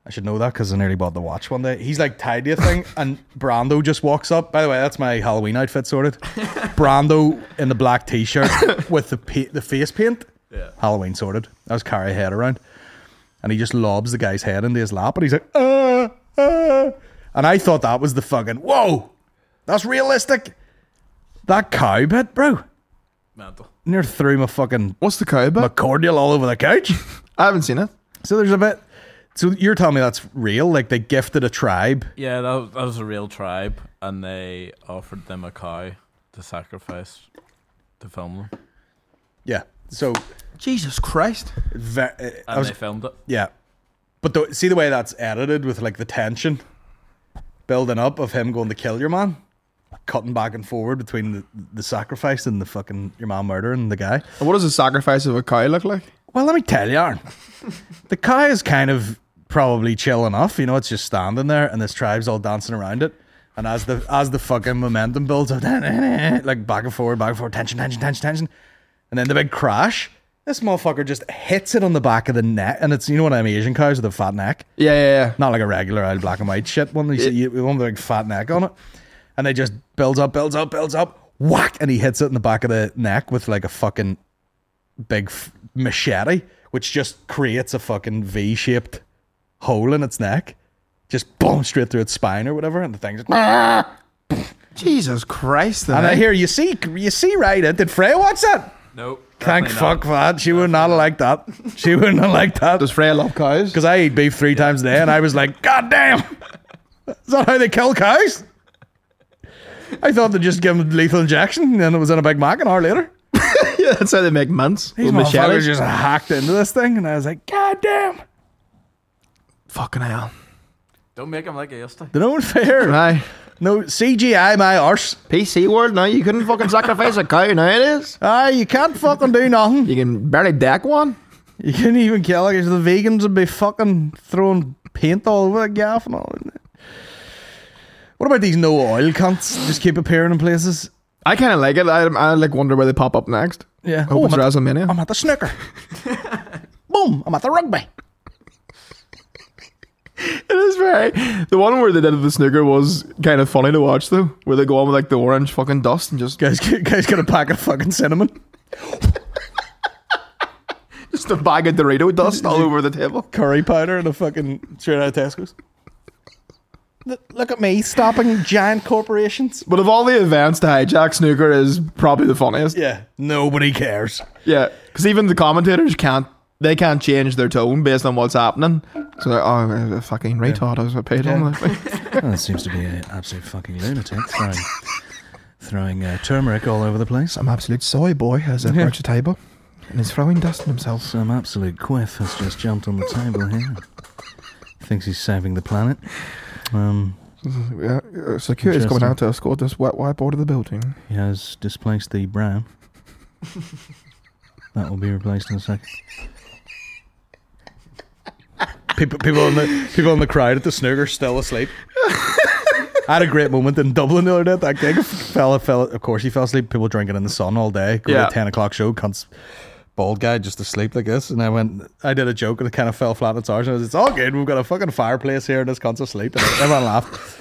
[SPEAKER 2] I should know that because I nearly bought the watch one day. He's like tied to a thing, and Brando just walks up. By the way, that's my Halloween outfit sorted. Brando in the black t-shirt with the pa- the face paint.
[SPEAKER 4] Yeah.
[SPEAKER 2] Halloween sorted. I was carrying head around, and he just lobs the guy's head into his lap, and he's like, uh, uh. and I thought that was the fucking whoa, that's realistic. That cow bit, bro,
[SPEAKER 4] Mental.
[SPEAKER 2] near threw my fucking
[SPEAKER 3] What's the cow
[SPEAKER 2] my
[SPEAKER 3] about?
[SPEAKER 2] cordial all over the couch.
[SPEAKER 3] I haven't seen it.
[SPEAKER 2] So there's a bit. So you're telling me that's real? Like they gifted a tribe.
[SPEAKER 4] Yeah, that was, that was a real tribe, and they offered them a cow to sacrifice to film them,
[SPEAKER 2] Yeah. So
[SPEAKER 3] Jesus Christ.
[SPEAKER 2] ve- uh, I
[SPEAKER 4] and
[SPEAKER 2] was,
[SPEAKER 4] they filmed it.
[SPEAKER 2] yeah, but the, see the way that's edited with like the tension building up of him going to kill your man, cutting back and forward between the, the sacrifice and the fucking your man murdering the guy.
[SPEAKER 3] And what does the sacrifice of a cow look like?
[SPEAKER 2] Well, let me tell you, Aaron, the cow is kind of probably chill enough. You know, it's just standing there, and this tribe's all dancing around it. And as the as the fucking momentum builds up, <laughs> like back and forward, back and forward, tension, tension, tension, tension, and then the big crash. This motherfucker just hits it on the back of the neck, and it's you know what I mean, Asian cows with a fat neck,
[SPEAKER 3] Yeah, yeah, yeah.
[SPEAKER 2] not like a regular old black and white shit one. You see, you- one with a big fat neck on it, and they just builds up, builds up, builds up, whack, and he hits it in the back of the neck with like a fucking big f- machete, which just creates a fucking V-shaped hole in its neck, just boom straight through its spine or whatever, and the thing just. And
[SPEAKER 3] Jesus Christ. Then,
[SPEAKER 2] I
[SPEAKER 3] eh?
[SPEAKER 2] hear you see, you see right in. Did Freya watch that?
[SPEAKER 4] No,
[SPEAKER 2] Thank
[SPEAKER 4] definitely
[SPEAKER 2] fuck
[SPEAKER 4] not.
[SPEAKER 2] for that. She would not have liked that. She wouldn't have liked that
[SPEAKER 3] Does Freya love cows?
[SPEAKER 2] because I eat beef three times a day, and I was like, God damn, <laughs> is that how they kill cows? I thought they'd just give them lethal injection, and then it was in a Big Mac an hour later.
[SPEAKER 3] <laughs> yeah, that's how they make mints.
[SPEAKER 2] These
[SPEAKER 3] with
[SPEAKER 2] motherfuckers
[SPEAKER 3] machetes.
[SPEAKER 2] just hacked into this thing, and I was like, God damn,
[SPEAKER 3] Fucking hell.
[SPEAKER 4] Don't make him like I used to.
[SPEAKER 2] they're not fair.
[SPEAKER 3] <laughs> Aye.
[SPEAKER 2] No CGI my arse.
[SPEAKER 3] PC world now, you couldn't fucking sacrifice a cow nowadays.
[SPEAKER 2] Ah, you can't fucking do
[SPEAKER 3] <laughs>
[SPEAKER 2] nothing.
[SPEAKER 3] You can barely deck one.
[SPEAKER 2] You couldn't even kill it 'cause the vegans would be fucking throwing paint all over the gaff and all. What about these no oil cunts? Just keep appearing in places.
[SPEAKER 3] I kind of like it. I, I like wonder where they pop up next.
[SPEAKER 2] Yeah. Oh,
[SPEAKER 3] Hope it's
[SPEAKER 2] I'm, at,
[SPEAKER 3] WrestleMania.
[SPEAKER 2] I'm at the snooker. Boom! I'm at the rugby.
[SPEAKER 3] <laughs> It is very. The one where they did the snooker was kind of funny to watch though, where they go on with like the orange fucking dust and just
[SPEAKER 2] Guys, guys got a pack of fucking cinnamon.
[SPEAKER 3] just a bag of Dorito dust
[SPEAKER 2] <laughs>
[SPEAKER 3] all over the table.
[SPEAKER 2] Curry powder and a fucking straight out of Tesco's. Look- Look at me stopping giant corporations.
[SPEAKER 3] But of all the events, the hijack snooker is probably the funniest.
[SPEAKER 2] Yeah. Nobody cares.
[SPEAKER 3] Yeah, because even the commentators can't. They can't change their tone based on what's happening. So they're oh, uh, fucking retard. I was paid on that.
[SPEAKER 2] that seems to be an absolute fucking lunatic throwing, throwing uh, turmeric all over the place.
[SPEAKER 3] Some absolute soy boy has approached the table and is throwing dust on himself.
[SPEAKER 2] Some absolute quiff has just jumped on the table here. Thinks he's saving the planet. Um,
[SPEAKER 3] Yeah, uh, security is
[SPEAKER 2] Interesting.
[SPEAKER 3] coming out to escort this wet wipe out of the building.
[SPEAKER 2] he has displaced the brown. that will be replaced in a second. People, people in the people in the crowd at the snooker still asleep. I had a great moment in Dublin the other day. That gig, fella, fella. Of course, he fell asleep. People drinking in the sun all day. Go to
[SPEAKER 3] Yeah.
[SPEAKER 2] a ten o'clock show. Cunts, bald guy just asleep like this. And I went. I did a joke and it kind of fell flat on its arse. And I was, it's all good. We've got a fucking fireplace here, and this cunt's asleep. And everyone laughed.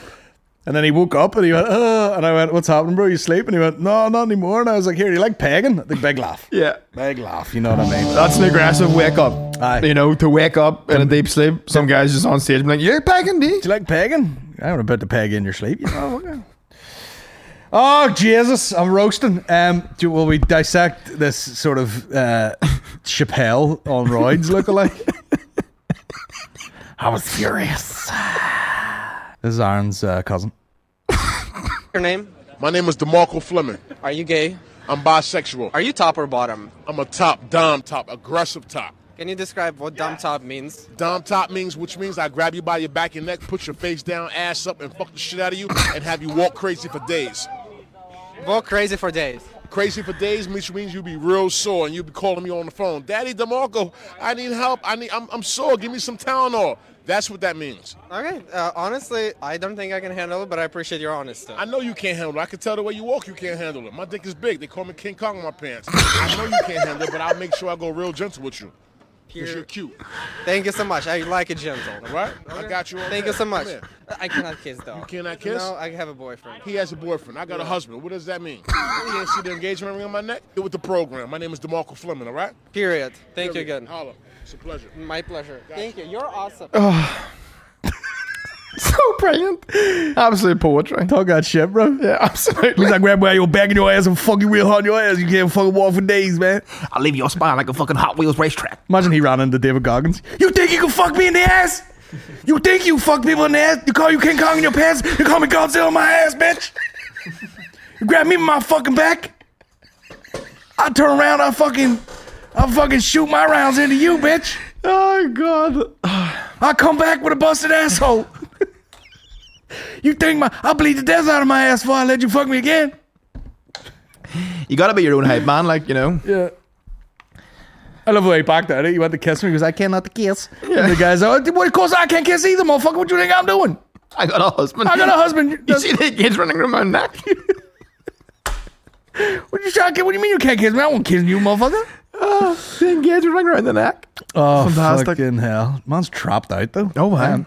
[SPEAKER 2] And then he woke up and he went, Ugh, and I went, "What's happening, bro? You sleep?" And he went, "No, not anymore." And I was like, "Here, you like pegging?" The big laugh,
[SPEAKER 3] Yeah,
[SPEAKER 2] big laugh. You know what I mean?
[SPEAKER 3] that's an aggressive wake up.
[SPEAKER 2] Aye.
[SPEAKER 3] You know, to wake up in a deep sleep. Some guys just on stage being like, "You're packing D."
[SPEAKER 2] Do you like pegging? I would have put the peg in your sleep. You know? okay. Oh Jesus, I'm roasting. Um, do, will we dissect this sort of uh, Chappelle on roids lookalike? I was furious. This is Aaron's uh, cousin.
[SPEAKER 9] your name?
[SPEAKER 1] My name is DeMarco Fleming.
[SPEAKER 9] Are you gay?
[SPEAKER 1] I'm bisexual.
[SPEAKER 9] Are you top or bottom?
[SPEAKER 1] I'm a top dom top, aggressive top.
[SPEAKER 9] Can you describe what dumb top means?
[SPEAKER 1] Dom top means, which means I grab you by your back and neck, put your face down, ass up, and fuck the shit out of you, and have you walk crazy for days.
[SPEAKER 9] Go crazy for days.
[SPEAKER 1] Crazy for days, which means you be real sore and you be calling me on the phone. Daddy DeMarco, I need help. I need. I'm, I'm sore. Give me some Tylenol. That's what that means.
[SPEAKER 9] Okay, uh, honestly, I don't think I can handle it, but I appreciate your honesty.
[SPEAKER 1] I know you can't handle it. I can tell the way you walk, you can't handle it. My dick is big. They call me King Kong in my pants. I know you can't handle it, but I'll make sure I go real gentle with you. Because
[SPEAKER 9] Here.
[SPEAKER 1] you're cute,
[SPEAKER 9] Thank you so much. I like it gentle.
[SPEAKER 1] all right? I got you. all
[SPEAKER 9] Thank
[SPEAKER 1] day.
[SPEAKER 9] you so
[SPEAKER 1] Come
[SPEAKER 9] much.
[SPEAKER 1] here.
[SPEAKER 9] I cannot kiss though. You
[SPEAKER 1] cannot kiss?
[SPEAKER 9] No, I have a boyfriend.
[SPEAKER 1] He has a boyfriend. I got a husband. What does that mean? you can't see the engagement ring on my neck? Get with the program. My name is DeMarco Fleming, all right?
[SPEAKER 9] Period. Thank you again.
[SPEAKER 1] Holla. It's a pleasure.
[SPEAKER 9] My pleasure. Thank you. You're awesome.
[SPEAKER 3] <laughs> So brilliant, absolute poetry.
[SPEAKER 2] Talk that shit, bro.
[SPEAKER 3] Yeah, <laughs> absolutely.
[SPEAKER 2] He's like, grab by your back and your ass and fucking real hard on your ass. You can't fucking walk for days, man.
[SPEAKER 8] I'll leave your spine like a fucking Hot Wheels racetrack.
[SPEAKER 2] Imagine he ran into David Goggins. You think you can fuck me in the ass? You think you fuck people in the ass? You call you King Kong in your pants? You call me Godzilla in my ass, bitch? You grab me in my fucking back? I turn around, I fucking, I fucking shoot my rounds into you, bitch.
[SPEAKER 3] Oh god.
[SPEAKER 2] I come back with a busted asshole. you think my, I bleed the death out of my ass before I let you fuck me again?
[SPEAKER 3] You gotta be your own hype man, like you know.
[SPEAKER 2] Yeah. I love the way he backed out. He went to kiss me because I cannot kiss. And the guy's like, well, of course I can't kiss either, motherfucker. What you think I'm doing?
[SPEAKER 3] I got a husband.
[SPEAKER 2] I got a <laughs> husband.
[SPEAKER 3] <laughs> You see the kids running around my neck?
[SPEAKER 2] What you trying to What do you mean you can't kiss me? I won't kiss you, motherfucker.
[SPEAKER 3] oh, the kids running around the neck.
[SPEAKER 2] Oh,
[SPEAKER 3] Fantastic.
[SPEAKER 2] fucking hell. Man's trapped out, though.
[SPEAKER 3] Oh wow.
[SPEAKER 1] My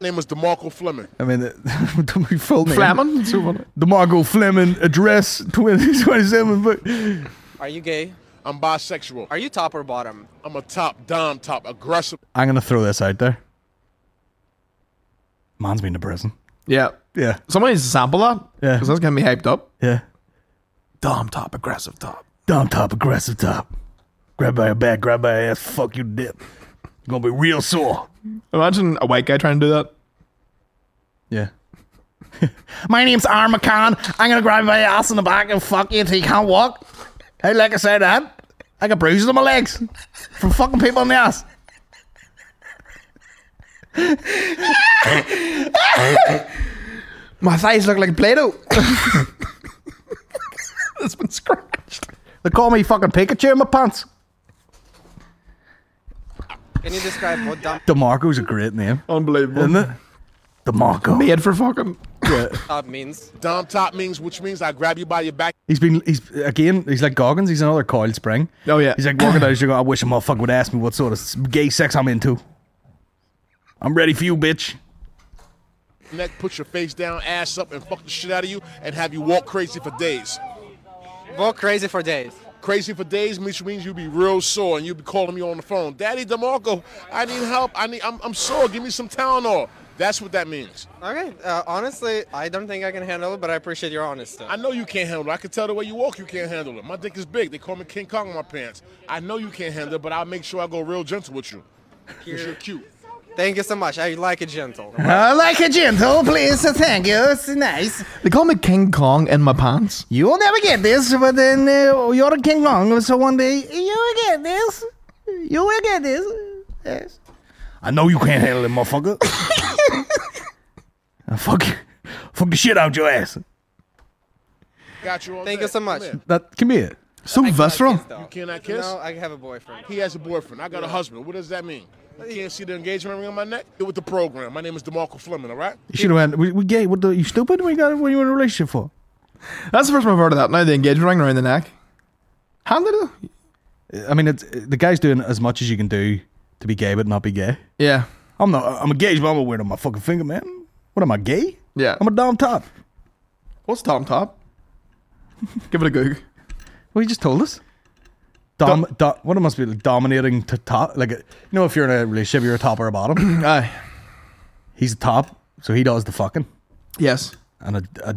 [SPEAKER 1] name is DeMarco Fleming.
[SPEAKER 2] I mean, the- <laughs> don't be full name.
[SPEAKER 3] Flamin'. So funny.
[SPEAKER 2] DeMarco Fleming, address <laughs> 2027. But
[SPEAKER 9] Are you gay?
[SPEAKER 1] I'm bisexual.
[SPEAKER 9] Are you top or bottom?
[SPEAKER 1] I'm a top dom top, aggressive.
[SPEAKER 2] I'm going to throw this out there. Man's been to prison.
[SPEAKER 3] Yeah.
[SPEAKER 2] Yeah.
[SPEAKER 3] Somebody needs to sample that.
[SPEAKER 2] Yeah.
[SPEAKER 3] Because that's gonna be hyped up.
[SPEAKER 2] Yeah.
[SPEAKER 3] Dom top, aggressive top.
[SPEAKER 2] Dom top, aggressive top. Grab by your back, grab by your ass, fuck you, dip. You're going to be real sore.
[SPEAKER 3] Imagine a white guy trying to do that.
[SPEAKER 2] Yeah. <laughs>
[SPEAKER 8] My name's Armacan. I'm gonna grab my ass in the back and fuck you till you can't walk.
[SPEAKER 2] Hey, like I said, that I got bruises on my legs from fucking people in the ass.
[SPEAKER 3] My thighs look
[SPEAKER 2] <laughs>
[SPEAKER 3] like Play-Doh. it's been scratched.
[SPEAKER 2] They call me fucking Pikachu in my pants.
[SPEAKER 9] Can you describe what dumb <laughs>
[SPEAKER 2] DeMarco's a great name,
[SPEAKER 3] Unbelievable.
[SPEAKER 2] isn't it?
[SPEAKER 3] Oh.
[SPEAKER 2] DeMarco.
[SPEAKER 3] Made for fucking. <laughs>
[SPEAKER 9] top means?
[SPEAKER 1] Dom top means, which means I grab you by your back
[SPEAKER 2] He's been, he's again, he's like Goggins. He's another coiled spring.
[SPEAKER 3] Oh, yeah.
[SPEAKER 2] oh, He's like walking down the street. going, I wish a motherfucker would ask me what sort of gay sex I'm into. I'm ready for you, bitch.
[SPEAKER 1] Neck, put your face down, ass up, and fuck the shit out of you, and have you walk crazy for days.
[SPEAKER 9] Walk crazy for days.
[SPEAKER 1] Crazy for days, which means you'll be real sore, and you'll be calling me on the phone, Daddy DeMarco, I need help. I need. I'm, I'm sore. Give me some Tylenol. That's what that means.
[SPEAKER 9] Okay, uh, honestly, I don't think I can handle it, but I appreciate your honesty.
[SPEAKER 1] I know you can't handle it. I can tell the way you walk, you can't handle it. My dick is big. They call me King Kong in my pants. I know you can't handle it, but I'll make sure I go real gentle with you. Because you're cute.
[SPEAKER 9] Thank you so much. I like it gentle.
[SPEAKER 8] I like a gentle, please. uh, Thank you. It's nice.
[SPEAKER 3] They call me King Kong in my pants.
[SPEAKER 8] You will never get this, but then uh, you're King Kong, so one day you will get this. You will get this. Yes.
[SPEAKER 2] I know you can't handle
[SPEAKER 8] <laughs>
[SPEAKER 2] it, motherfucker. Uh, fuck, fuck the shit out your ass.
[SPEAKER 1] Got you on
[SPEAKER 9] Thank
[SPEAKER 1] that.
[SPEAKER 9] you so much.
[SPEAKER 1] Come here.
[SPEAKER 2] That can be it.
[SPEAKER 3] So visceral.
[SPEAKER 1] You cannot kiss?
[SPEAKER 9] No, I have a boyfriend.
[SPEAKER 1] He has a boyfriend. I got a husband. What does that mean? You can't see the engagement ring on my neck? Get with the program. My name is DeMarco Fleming, all right?
[SPEAKER 2] You should have went. We, we gay. What the? You stupid? We got. What are you in a relationship for?
[SPEAKER 3] That's the first time I've heard of that. Now the engagement ring around the neck. How did it?
[SPEAKER 2] I mean, it's the guy's doing as much as you can do to be gay, but not be gay.
[SPEAKER 3] Yeah.
[SPEAKER 2] I'm not. I'm engaged, but I'm a weird on my fucking finger, man. What am I gay?
[SPEAKER 3] Yeah.
[SPEAKER 2] I'm a dom top.
[SPEAKER 3] What's Tom Top? <laughs> Give it a goog.
[SPEAKER 2] Well, you just told us. Dom, do, what it must be like dominating to top. Like, uh, you know, if you're in a relationship, you're a top or a <coughs> bottom.
[SPEAKER 3] Aye.
[SPEAKER 2] He's a top, so he does the fucking.
[SPEAKER 3] Yes.
[SPEAKER 2] And a, a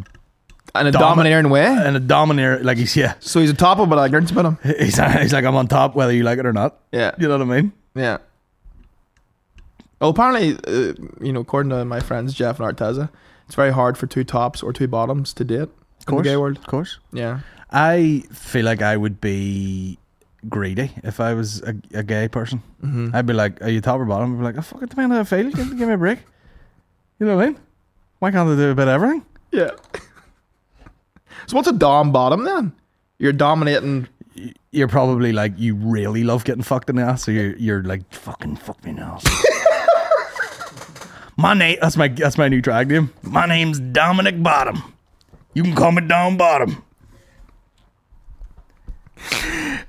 [SPEAKER 3] And
[SPEAKER 2] Domi-
[SPEAKER 3] a domineering way.
[SPEAKER 2] and a domineer, like he's yeah, <laughs>
[SPEAKER 3] So he's a topper, but I grunts about him.
[SPEAKER 2] he's he's like I'm on top, whether you like it or not.
[SPEAKER 3] Yeah.
[SPEAKER 2] You know what I mean?
[SPEAKER 3] Yeah. Oh, apparently, uh, you know, according to my friends Jeff and Arteza, it's very hard for two tops or two bottoms to date. Of In the gay world.
[SPEAKER 2] of course.
[SPEAKER 3] Yeah.
[SPEAKER 2] I feel like I would be greedy if I was a, a gay person. I'd be like, "Are you top or bottom?" I'd be like, "Oh, "I fucking depend how I feel. Give, give me a break." You know what I mean? Why can't they do a bit of everything?
[SPEAKER 3] Yeah. <laughs> so what's a dom bottom then? You're dominating.
[SPEAKER 2] You're probably like you really love getting fucked in the ass, so you're you're like fucking fuck me in the ass. my name that's my that's my new drag name. My name's Dominic Bottom. You can call me Dom Bottom.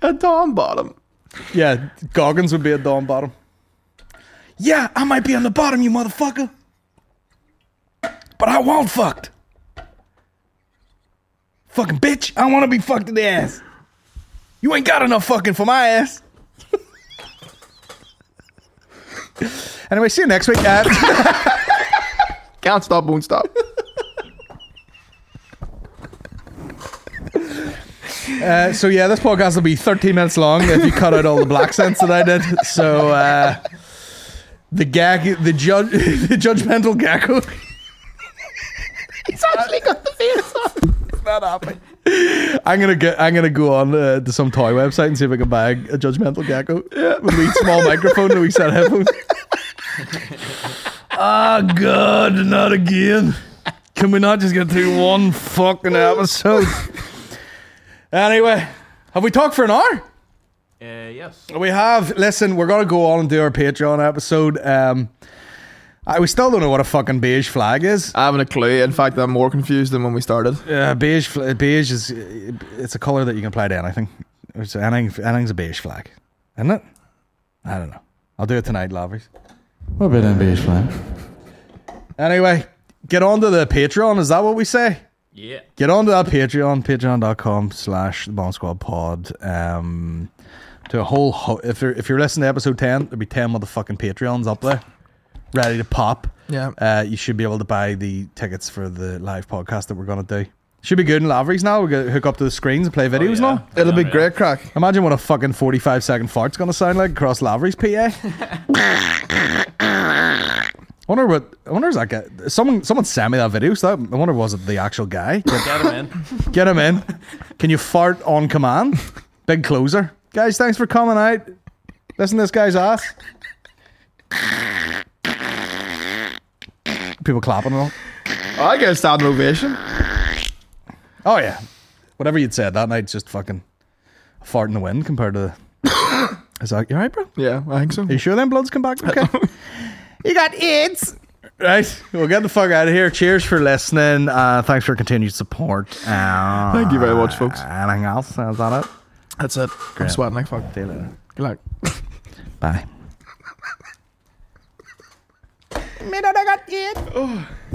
[SPEAKER 3] A dom bottom.
[SPEAKER 2] Yeah, Goggins would be a Dom Bottom. Yeah, I might be on the bottom, you motherfucker. But I want fucked. Fucking bitch, I want to be fucked in the ass. You ain't got enough fucking for my ass. <laughs> anyway, see you next week, guys.
[SPEAKER 3] Can't stop, won't <laughs> stop.
[SPEAKER 2] Uh, so yeah, this podcast will be 13 minutes long if you cut out all the black sense that I did. So uh, the gag, the judge, <laughs> the judgmental gecko. He's actually got the face on. It's not happening. I'm gonna get. I'm gonna go on uh, to some toy website and see if I can buy a, a judgmental gecko. Yeah. With a wee small microphone and we set of headphones. <laughs> Ah, God, not again. Can we not just get through one fucking episode? Anyway, have we talked for an hour?
[SPEAKER 4] Uh, yes.
[SPEAKER 2] We have. Listen, we're gonna go on and do our Patreon episode. Um, I we still don't know what a fucking beige flag is.
[SPEAKER 3] I haven't a clue. In fact, I'm more confused than when we started.
[SPEAKER 2] Uh, beige, fl- beige is it's a color that you can apply to anything. It's anything, anything's a beige flag, isn't it? I don't know. I'll do it tonight, lovers. What about that beige flag? Anyway, get onto the Patreon. Is that what we say?
[SPEAKER 4] Yeah.
[SPEAKER 2] get on to that Patreon, patreon.com slash the Bomb Squad Pod. Um, to a whole ho- if you're if you're listening to episode ten, there'll be ten motherfucking Patreons up there, ready to pop.
[SPEAKER 3] Yeah.
[SPEAKER 2] Uh, you should be able to buy the tickets for the live podcast that we're gonna do. Should be good in Lavery's now. We're gonna hook up to the screens and play videos
[SPEAKER 4] Oh, yeah.
[SPEAKER 2] now.
[SPEAKER 3] It'll be
[SPEAKER 4] Yeah.
[SPEAKER 3] great crack.
[SPEAKER 2] Imagine what a fucking forty-five second fart's gonna sound like across Lavery's
[SPEAKER 4] <laughs>
[SPEAKER 2] PA. wonder what I wonder is that guy someone someone sent me that video, so that, I wonder was it the actual guy?
[SPEAKER 4] Get him in.
[SPEAKER 2] Get him in. Can you fart on command? Big closer. Guys, thanks for coming out. Listen to this guy's ass. People clapping and all.
[SPEAKER 3] I get a standing ovation.
[SPEAKER 2] Oh, yeah. Whatever you'd said that night, just fucking fart in the wind compared to. <coughs> It's like, you alright, bro?
[SPEAKER 3] Yeah, I think so.
[SPEAKER 2] You sure them bloods come back? Okay. you got AIDS. Right. We'll get the fuck out of here. Cheers for listening. Uh, thanks for continued support. Uh,
[SPEAKER 3] Thank you very much, folks.
[SPEAKER 2] Anything else? Is that it?
[SPEAKER 3] That's it. I'm sweating like fuck.
[SPEAKER 2] See you later.
[SPEAKER 3] Good luck.
[SPEAKER 2] Bye. me that I got it.